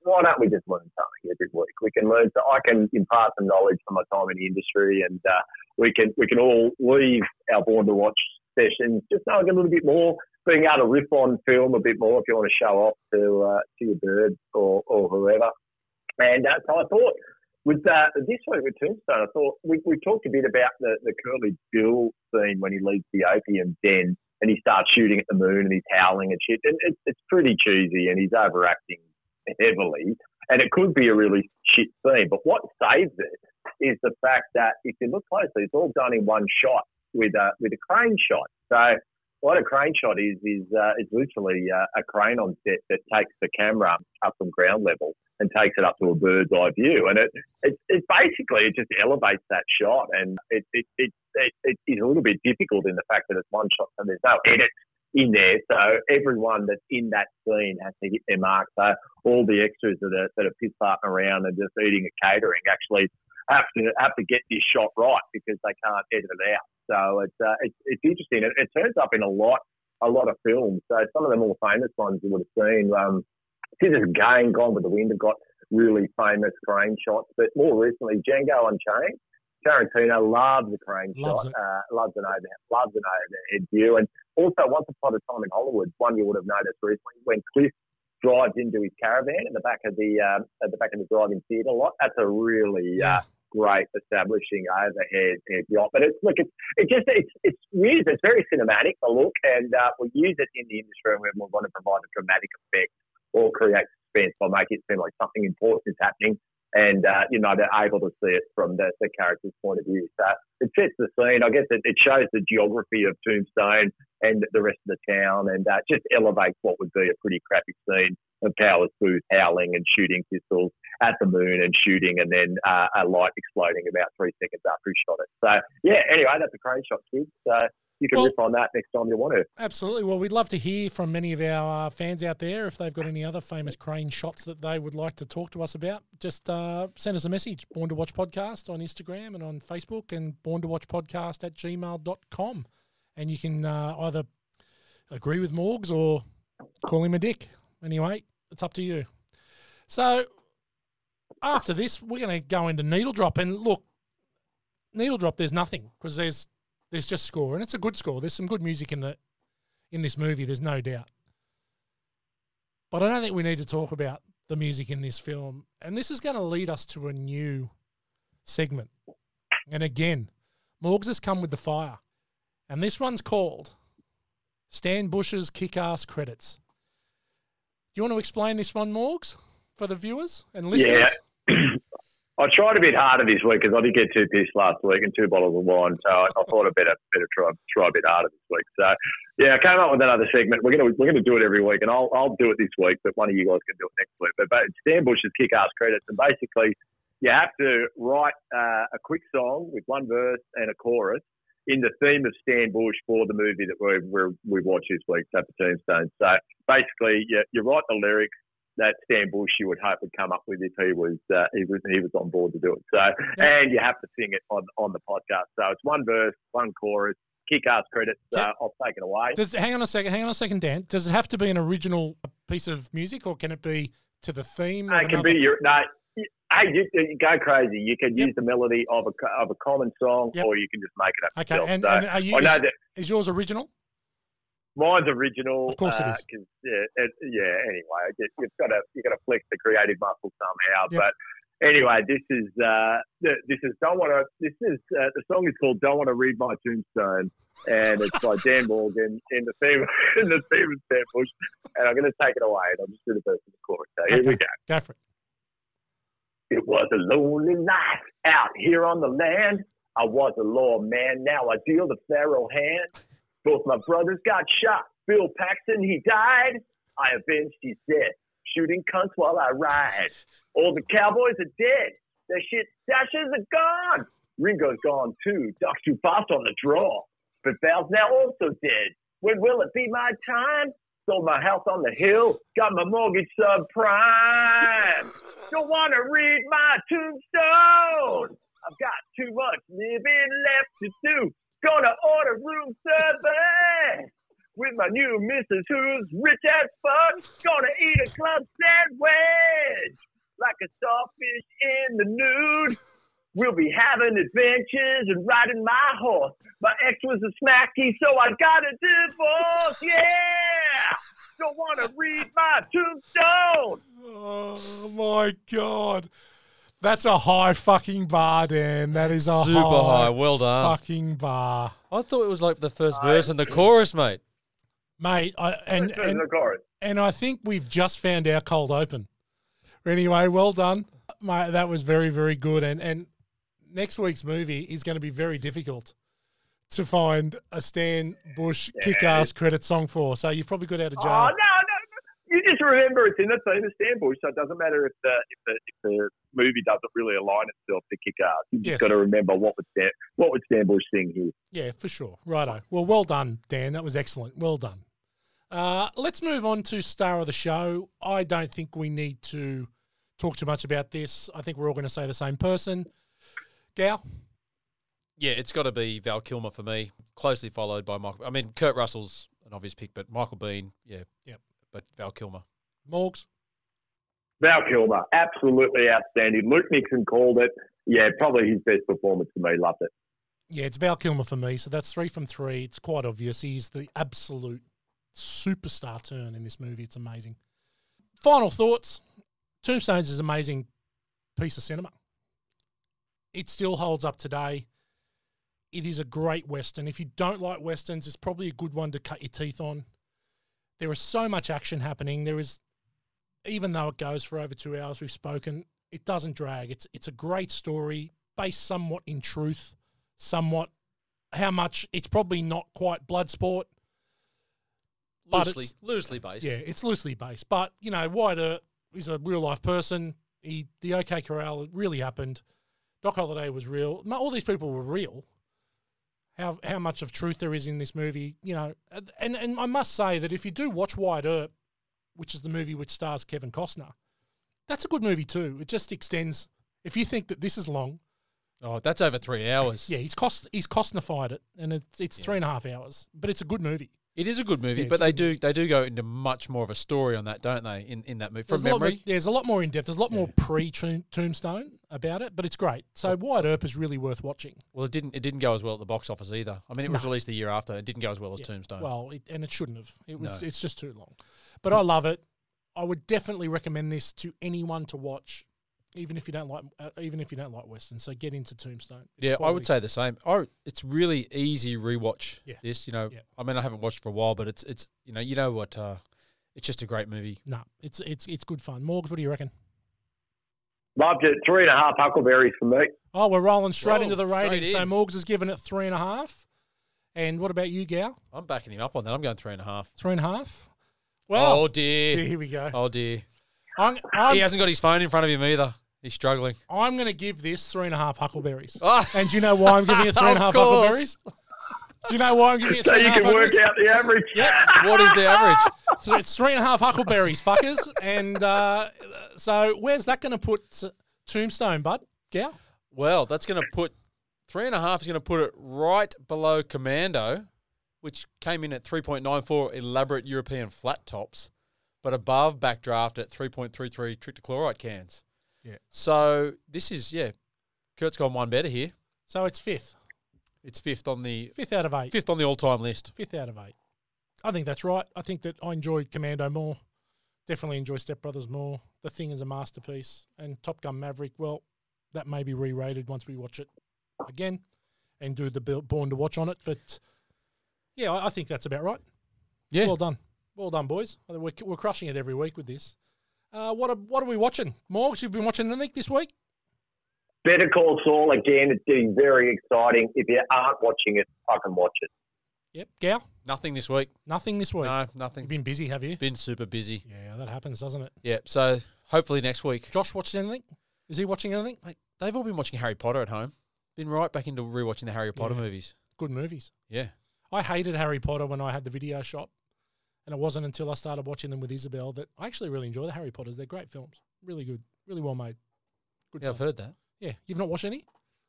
Speaker 3: why don't we just learn something every week? We can learn, so I can impart some knowledge from my time in the industry, and uh, we can we can all leave our born to watch sessions just knowing a little bit more, being able to riff on film a bit more if you want to show off to uh, to your bird or, or whoever. And uh, so I thought with uh, this week with Tombstone, I thought we, we talked a bit about the, the Curly Bill scene when he leaves the opium den and he starts shooting at the moon and he's howling and shit. And it, it's pretty cheesy and he's overacting heavily. And it could be a really shit scene. But what saves it is the fact that if you look closely, it's all done in one shot with a, with a crane shot. So what a crane shot is, is uh, it's literally uh, a crane on set that takes the camera up from ground level and takes it up to a bird's eye view. And it, it, it basically it just elevates that shot, and it it, it it it is a little bit difficult in the fact that it's one shot, and there's no edit in there. So everyone that's in that scene has to hit their mark. So all the extras that are that are piss farting around and just eating and catering actually have to have to get this shot right because they can't edit it out. So it's uh, it's, it's interesting. It, it turns up in a lot a lot of films. So some of the more famous ones you would have seen. Um, Scissors Game, Gone with the Wind have got really famous crane shots. But more recently, Django Unchained, Tarantino loves a crane
Speaker 1: Loves
Speaker 3: shot,
Speaker 1: it.
Speaker 3: uh, loves an overhead, loves an overhead view. And also, Once Upon a Time in Hollywood, one you would have noticed recently when Cliff drives into his caravan at the back of the um, at the back of the driving theatre lot. That's a really uh, great establishing overhead head yacht. But it's look, it's it just it's it's used. It's very cinematic. The look, and uh, we use it in the industry when we want to provide a dramatic effect or create suspense by making it seem like something important is happening and uh, you know they're able to see it from the, the character's point of view. So it sets the scene. I guess it, it shows the geography of Tombstone and the rest of the town, and uh, just elevates what would be a pretty crappy scene of Powers Booth howling and shooting pistols at the moon and shooting, and then uh, a light exploding about three seconds after he shot it. So yeah, anyway, that's a crazy shot, kids. So you can
Speaker 1: Well-
Speaker 3: rip on that next time you want to.
Speaker 1: Absolutely. Well, we'd love to hear from many of our uh, fans out there if they've got any other famous crane shots that they would like to talk to us about. Just uh, send us a message, Born to Watch Podcast on Instagram and on Facebook, and Born to Watch Podcast at gmail.com. And you can uh, either agree with Morgs or call him a dick. Anyway, it's up to you. So after this, we're going to go into Needle Drop. And look, Needle Drop, there's nothing because there's. There's just score, and it's a good score. There's some good music in the in this movie. There's no doubt. But I don't think we need to talk about the music in this film. And this is going to lead us to a new segment. And again, Morgs has come with the fire. And this one's called Stan Bush's Kick Ass Credits. Do you want to explain this one, Morgs, for the viewers and listeners?
Speaker 3: I tried a bit harder this week because I did get two pissed last week and two bottles of wine, so I, I thought I better better try try a bit harder this week. So yeah, I came up with another segment. We're gonna we're gonna do it every week, and I'll I'll do it this week, but one of you guys can do it next week. But, but it's Stan Bush's kick ass credits, and basically you have to write uh, a quick song with one verse and a chorus in the theme of Stan Bush for the movie that we we we watch this week, Tap the Tombstone. So basically, you, you write the lyrics that Stan Bush you would hope would come up with if he was uh, he was he was on board to do it. So
Speaker 1: Yeah.
Speaker 3: and you have to sing it on on the podcast. So it's one verse, one chorus, kick ass credits. So
Speaker 1: Yeah.
Speaker 3: I'll take it away.
Speaker 1: Does hang on a second, hang on a second, Dan. Does it have to be an original piece of music, or can it be to the theme?
Speaker 3: No,
Speaker 1: of
Speaker 3: it can
Speaker 1: another-
Speaker 3: be your no. Hey, you, you go crazy. You can
Speaker 1: Yep.
Speaker 3: use the melody of a co- of a common song,
Speaker 1: Yep.
Speaker 3: or you can just make it up
Speaker 1: Okay,
Speaker 3: yourself.
Speaker 1: and-
Speaker 3: so
Speaker 1: and are you-
Speaker 3: I know
Speaker 1: is-
Speaker 3: that
Speaker 1: Is yours original?
Speaker 3: mine's original. uh,
Speaker 1: Of course it is.
Speaker 3: 'cause, yeah, it- yeah. Anyway, you- you've got to you've got to flex the creative muscle somehow.
Speaker 1: Yep.
Speaker 3: But anyway, this is uh, th- this is don't want to. This is uh, the song is called "Don't Want to Read My Tombstone," and it's by Dan Morgan in the theme in the theme of Stan Bush. And I'm going to take it away, and I'll just do the verse of the chorus. So here we
Speaker 1: Okay.
Speaker 3: go.
Speaker 1: Go for it.
Speaker 3: It was a lonely life out here on the land. I was a lawman, now I deal the pharaoh hand. Both my brothers got shot. Bill Paxton, he died. I avenged his death, shooting cunts while I ride. All the cowboys are dead. Their shit stashes are gone. Ringo's gone too. Doc fast on the draw. But Val's now also dead. When will it be my time? Sold my house on the hill. Got my mortgage subprime. Don't want to read my tombstone. I've got too much living left to do. Gonna order room service with my new missus who's rich as fuck. Gonna eat a club sandwich like a starfish in the nude. We'll be having adventures and riding my horse. My ex was a smacky, so I got a divorce. Yeah! Don't want to read my tombstone.
Speaker 1: Oh my god. That's a high fucking bar, Dan. That is a
Speaker 2: Super
Speaker 1: high,
Speaker 2: high. Well done.
Speaker 1: fucking bar,
Speaker 2: I thought it was like the first verse and the chorus, mate.
Speaker 1: mate. I, and
Speaker 3: Listen to
Speaker 1: and
Speaker 3: the chorus.
Speaker 1: and I think we've just found our cold open. Anyway, well done, mate. That was very very good. And and next week's movie is going to be very difficult to find a Stan Bush kick ass credit song for. So you've probably got out of jail.
Speaker 3: Oh no, no, no! You just remember it's in the theme of Stan Bush, so it doesn't matter if the if the, if the movie doesn't really align itself to kick ass. You just
Speaker 1: Yes.
Speaker 3: got to remember what would Stan what would Stan Bush sing here.
Speaker 1: Yeah, for sure. Righto. Well, well done, Dan. That was excellent. Well done. Uh, let's move on to star of the show. I don't think we need to talk too much about this. I think we're all going to say the same person. Gal,
Speaker 2: Yeah, it's got to be Val Kilmer for me, closely followed by Michael. I mean, Kurt Russell's an obvious pick, but Michael Bean, yeah,
Speaker 1: Yep.
Speaker 2: but Val Kilmer.
Speaker 1: Morgs.
Speaker 3: Val Kilmer, absolutely outstanding. Luke Nixon called it. Yeah, probably his best performance to me. Loved it.
Speaker 1: Yeah, it's Val Kilmer for me. So that's three from three. It's quite obvious. He's the absolute superstar turn in this movie. It's amazing. Final thoughts Tombstones is an amazing piece of cinema. It still holds up today. It is a great Western. If you don't like Westerns, it's probably a good one to cut your teeth on. There is so much action happening. There is, even though it goes for over two hours, we've spoken, It doesn't drag. It's it's a great story based somewhat in truth, somewhat how much it's probably not quite Bloodsport. But
Speaker 2: Loosely,
Speaker 1: it's-
Speaker 2: loosely based.
Speaker 1: Yeah, it's loosely based, but you know, Wyatt Earp is a real life person. He the OK Corral really happened. Doc Holliday was real. No, All these people were real. How how much of truth there is in this movie, you know? And and I must say that if you do watch Wyatt Earp, which is the movie which stars Kevin Costner, that's a good movie too. It just extends. If you think that this is long,
Speaker 2: Oh, that's over three hours.
Speaker 1: yeah, he's cost he's Costnerified it, and it's it's three and a half hours, but it's a good movie.
Speaker 2: It is a good movie,
Speaker 1: Yeah, it's
Speaker 2: but
Speaker 1: a
Speaker 2: they
Speaker 1: good
Speaker 2: do they do go into much more of a story on that, don't they? In in that movie, from
Speaker 1: there's a lot more-
Speaker 2: memory.
Speaker 1: there's a lot more in depth. There's a lot more pre Tombstone about it, but it's great. So Wyatt Earp is really worth watching.
Speaker 2: Well, it didn't it didn't go as well at the box office either. I mean, it was
Speaker 1: No.
Speaker 2: released the year after. It didn't go as well as Tombstone.
Speaker 1: Well, it, and it shouldn't have. It was. It's just too long. But I love it. I would definitely recommend this to anyone to watch, even if you don't like uh, even if you don't like westerns. So get into Tombstone. It's
Speaker 2: yeah, I
Speaker 1: quality.
Speaker 2: would say the same. I, it's really easy rewatch.
Speaker 1: Yeah.
Speaker 2: This, you know,
Speaker 1: Yeah.
Speaker 2: I mean, I haven't watched for a while, but it's it's you know, you know what, uh, it's just a great movie.
Speaker 1: No, it's it's it's good fun. Morgs, what do you reckon?
Speaker 3: Loved it. Three and a half huckleberries for me.
Speaker 1: Oh, we're rolling straight
Speaker 2: Roll
Speaker 1: into the
Speaker 2: straight
Speaker 1: rating. So
Speaker 2: in.
Speaker 1: Morgs has given it three and a half. And what about you, Gow?
Speaker 2: I'm backing him up on that. I'm going three and a half.
Speaker 1: Three and a half. Well,
Speaker 2: oh dear.
Speaker 1: gee, Um, here we go.
Speaker 2: Oh dear.
Speaker 1: I'm, I'm,
Speaker 2: he hasn't got his phone in front of him either. He's struggling.
Speaker 1: I'm going to give this three and a half huckleberries.
Speaker 2: Ah.
Speaker 1: And do you know why I'm giving it three and a half
Speaker 2: Of course.
Speaker 1: huckleberries? Do you know why I'm giving it
Speaker 3: So
Speaker 1: three and
Speaker 3: you
Speaker 1: a half
Speaker 3: can work
Speaker 1: huckleberries?
Speaker 3: out the average.
Speaker 2: What is the average?
Speaker 1: So it's three and a half huckleberries, fuckers. And uh, so where's that going to put Tombstone, bud? Gow?
Speaker 2: Well, that's going to put three and a half is going to put it right below Commando, which came in at 3.94 elaborate European flat tops, but above Backdraft at 3.33 tritichloride cans.
Speaker 1: Yeah.
Speaker 2: So this is, yeah, Kurt's gone one better here.
Speaker 1: So it's fifth.
Speaker 2: It's fifth on the
Speaker 1: Fifth out of eight.
Speaker 2: fifth on the all time list.
Speaker 1: Fifth out of eight. I think that's right. I think that I enjoyed Commando more. Definitely enjoy Step Brothers more. The Thing is a masterpiece. And Top Gun Maverick, well, that may be re rated once we watch it again and do the Bill- Born to Watch on it. But yeah, I, I think that's about right.
Speaker 2: Yeah.
Speaker 1: Well done. Well done, boys. I think We're, we're crushing it every week with this. Uh, what, are, what are we watching? Morgs, you've been watching anything this week?
Speaker 3: Better Call Saul again. It's getting very exciting. If you aren't watching it, fucking watch it.
Speaker 1: Yep. Gow?
Speaker 2: nothing this week.
Speaker 1: Nothing this week.
Speaker 2: No,
Speaker 1: You've
Speaker 2: nothing.
Speaker 1: been busy, have you?
Speaker 2: Been super busy.
Speaker 1: Yeah, that happens, doesn't it?
Speaker 2: Yeah. So hopefully next week.
Speaker 1: Josh watched anything? Is he watching anything?
Speaker 2: Mate, they've all been watching Harry Potter at home. Been right back into rewatching the Harry Potter
Speaker 1: Yeah.
Speaker 2: movies.
Speaker 1: Good movies.
Speaker 2: Yeah.
Speaker 1: I hated Harry Potter when I had the video shop, and it wasn't until I started watching them with Isabel that I actually really enjoy the Harry Potters. They're great films, really good, really well made. Good
Speaker 2: Yeah,
Speaker 1: yeah,
Speaker 2: I've heard that.
Speaker 1: yeah. You've not watched any?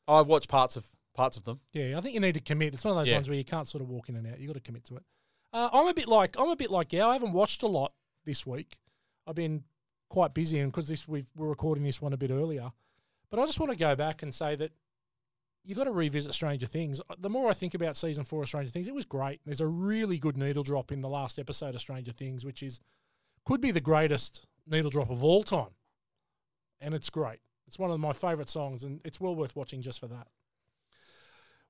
Speaker 2: I've watched parts of parts of them.
Speaker 1: Yeah, I think you need to commit. It's one of those
Speaker 2: Yeah.
Speaker 1: ones where you can't sort of walk in and out. You got to commit to it. Uh, I'm a bit like I'm a bit like yeah. I haven't watched a lot this week. I've been quite busy, and because this we've, we're recording this one a bit earlier, but I just want to go back and say that you got to revisit Stranger Things. Uh, The more I think about season four of Stranger Things, it was great. There's a really good needle drop in the last episode of Stranger Things, which is could be the greatest needle drop of all time, and it's great. It's one of my favourite songs, and it's well worth watching just for that.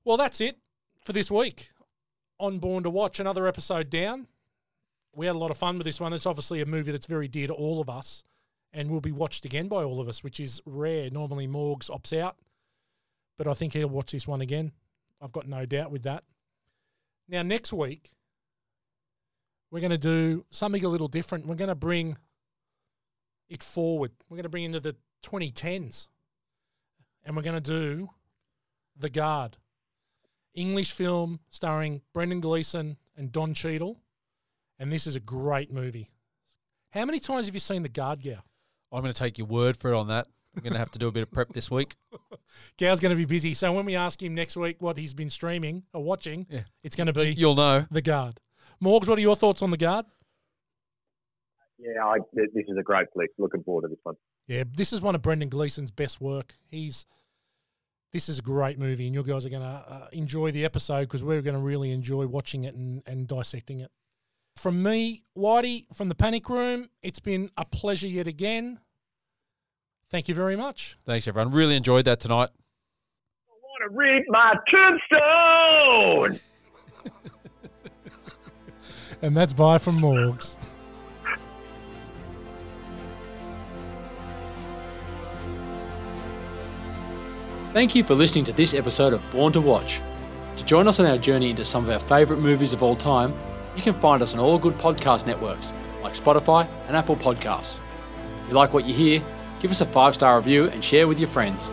Speaker 1: Well, that's it for this week on Born to Watch. Another episode down. We had a lot of fun with this one. It's obviously a movie that's very dear to all of us and will be watched again by all of us, which is rare. Normally, Morgs opts out, but I think he'll watch this one again. I've got no doubt with that. Now, next week, we're going to do something a little different. We're going to bring it forward. We're going to bring into the 2010s and we're going to do The Guard. English film starring Brendan Gleeson and Don Cheadle, and this is a great movie. How many times have you seen The Guard, Gow?
Speaker 2: I'm going to take your word for it on that. I'm going to have to do a bit of prep this week.
Speaker 1: Gow's going to be busy, so when we ask him next week what he's been streaming or watching,
Speaker 2: Yeah.
Speaker 1: it's going to be
Speaker 2: You'll know.
Speaker 1: The Guard. Morgs, what are your thoughts on The Guard?
Speaker 3: Yeah, I, th- this is a great flick. Looking forward to this one.
Speaker 1: Yeah, this is one of Brendan Gleeson's best work. He's this is a great movie, and you guys are going to uh, enjoy the episode because we're going to really enjoy watching it and, and dissecting it. From me, Whitey, from the Panic Room, it's been a pleasure yet again. Thank you very much.
Speaker 2: Thanks, everyone. Really enjoyed that tonight.
Speaker 3: I want to read my tombstone.
Speaker 1: And that's bye from Morgs.
Speaker 2: Thank you for listening to this episode of Born to Watch. To join us on our journey into some of our favourite movies of all time, you can find us on all good podcast networks like Spotify and Apple Podcasts. If you like what you hear, give us a five star review and share with your friends.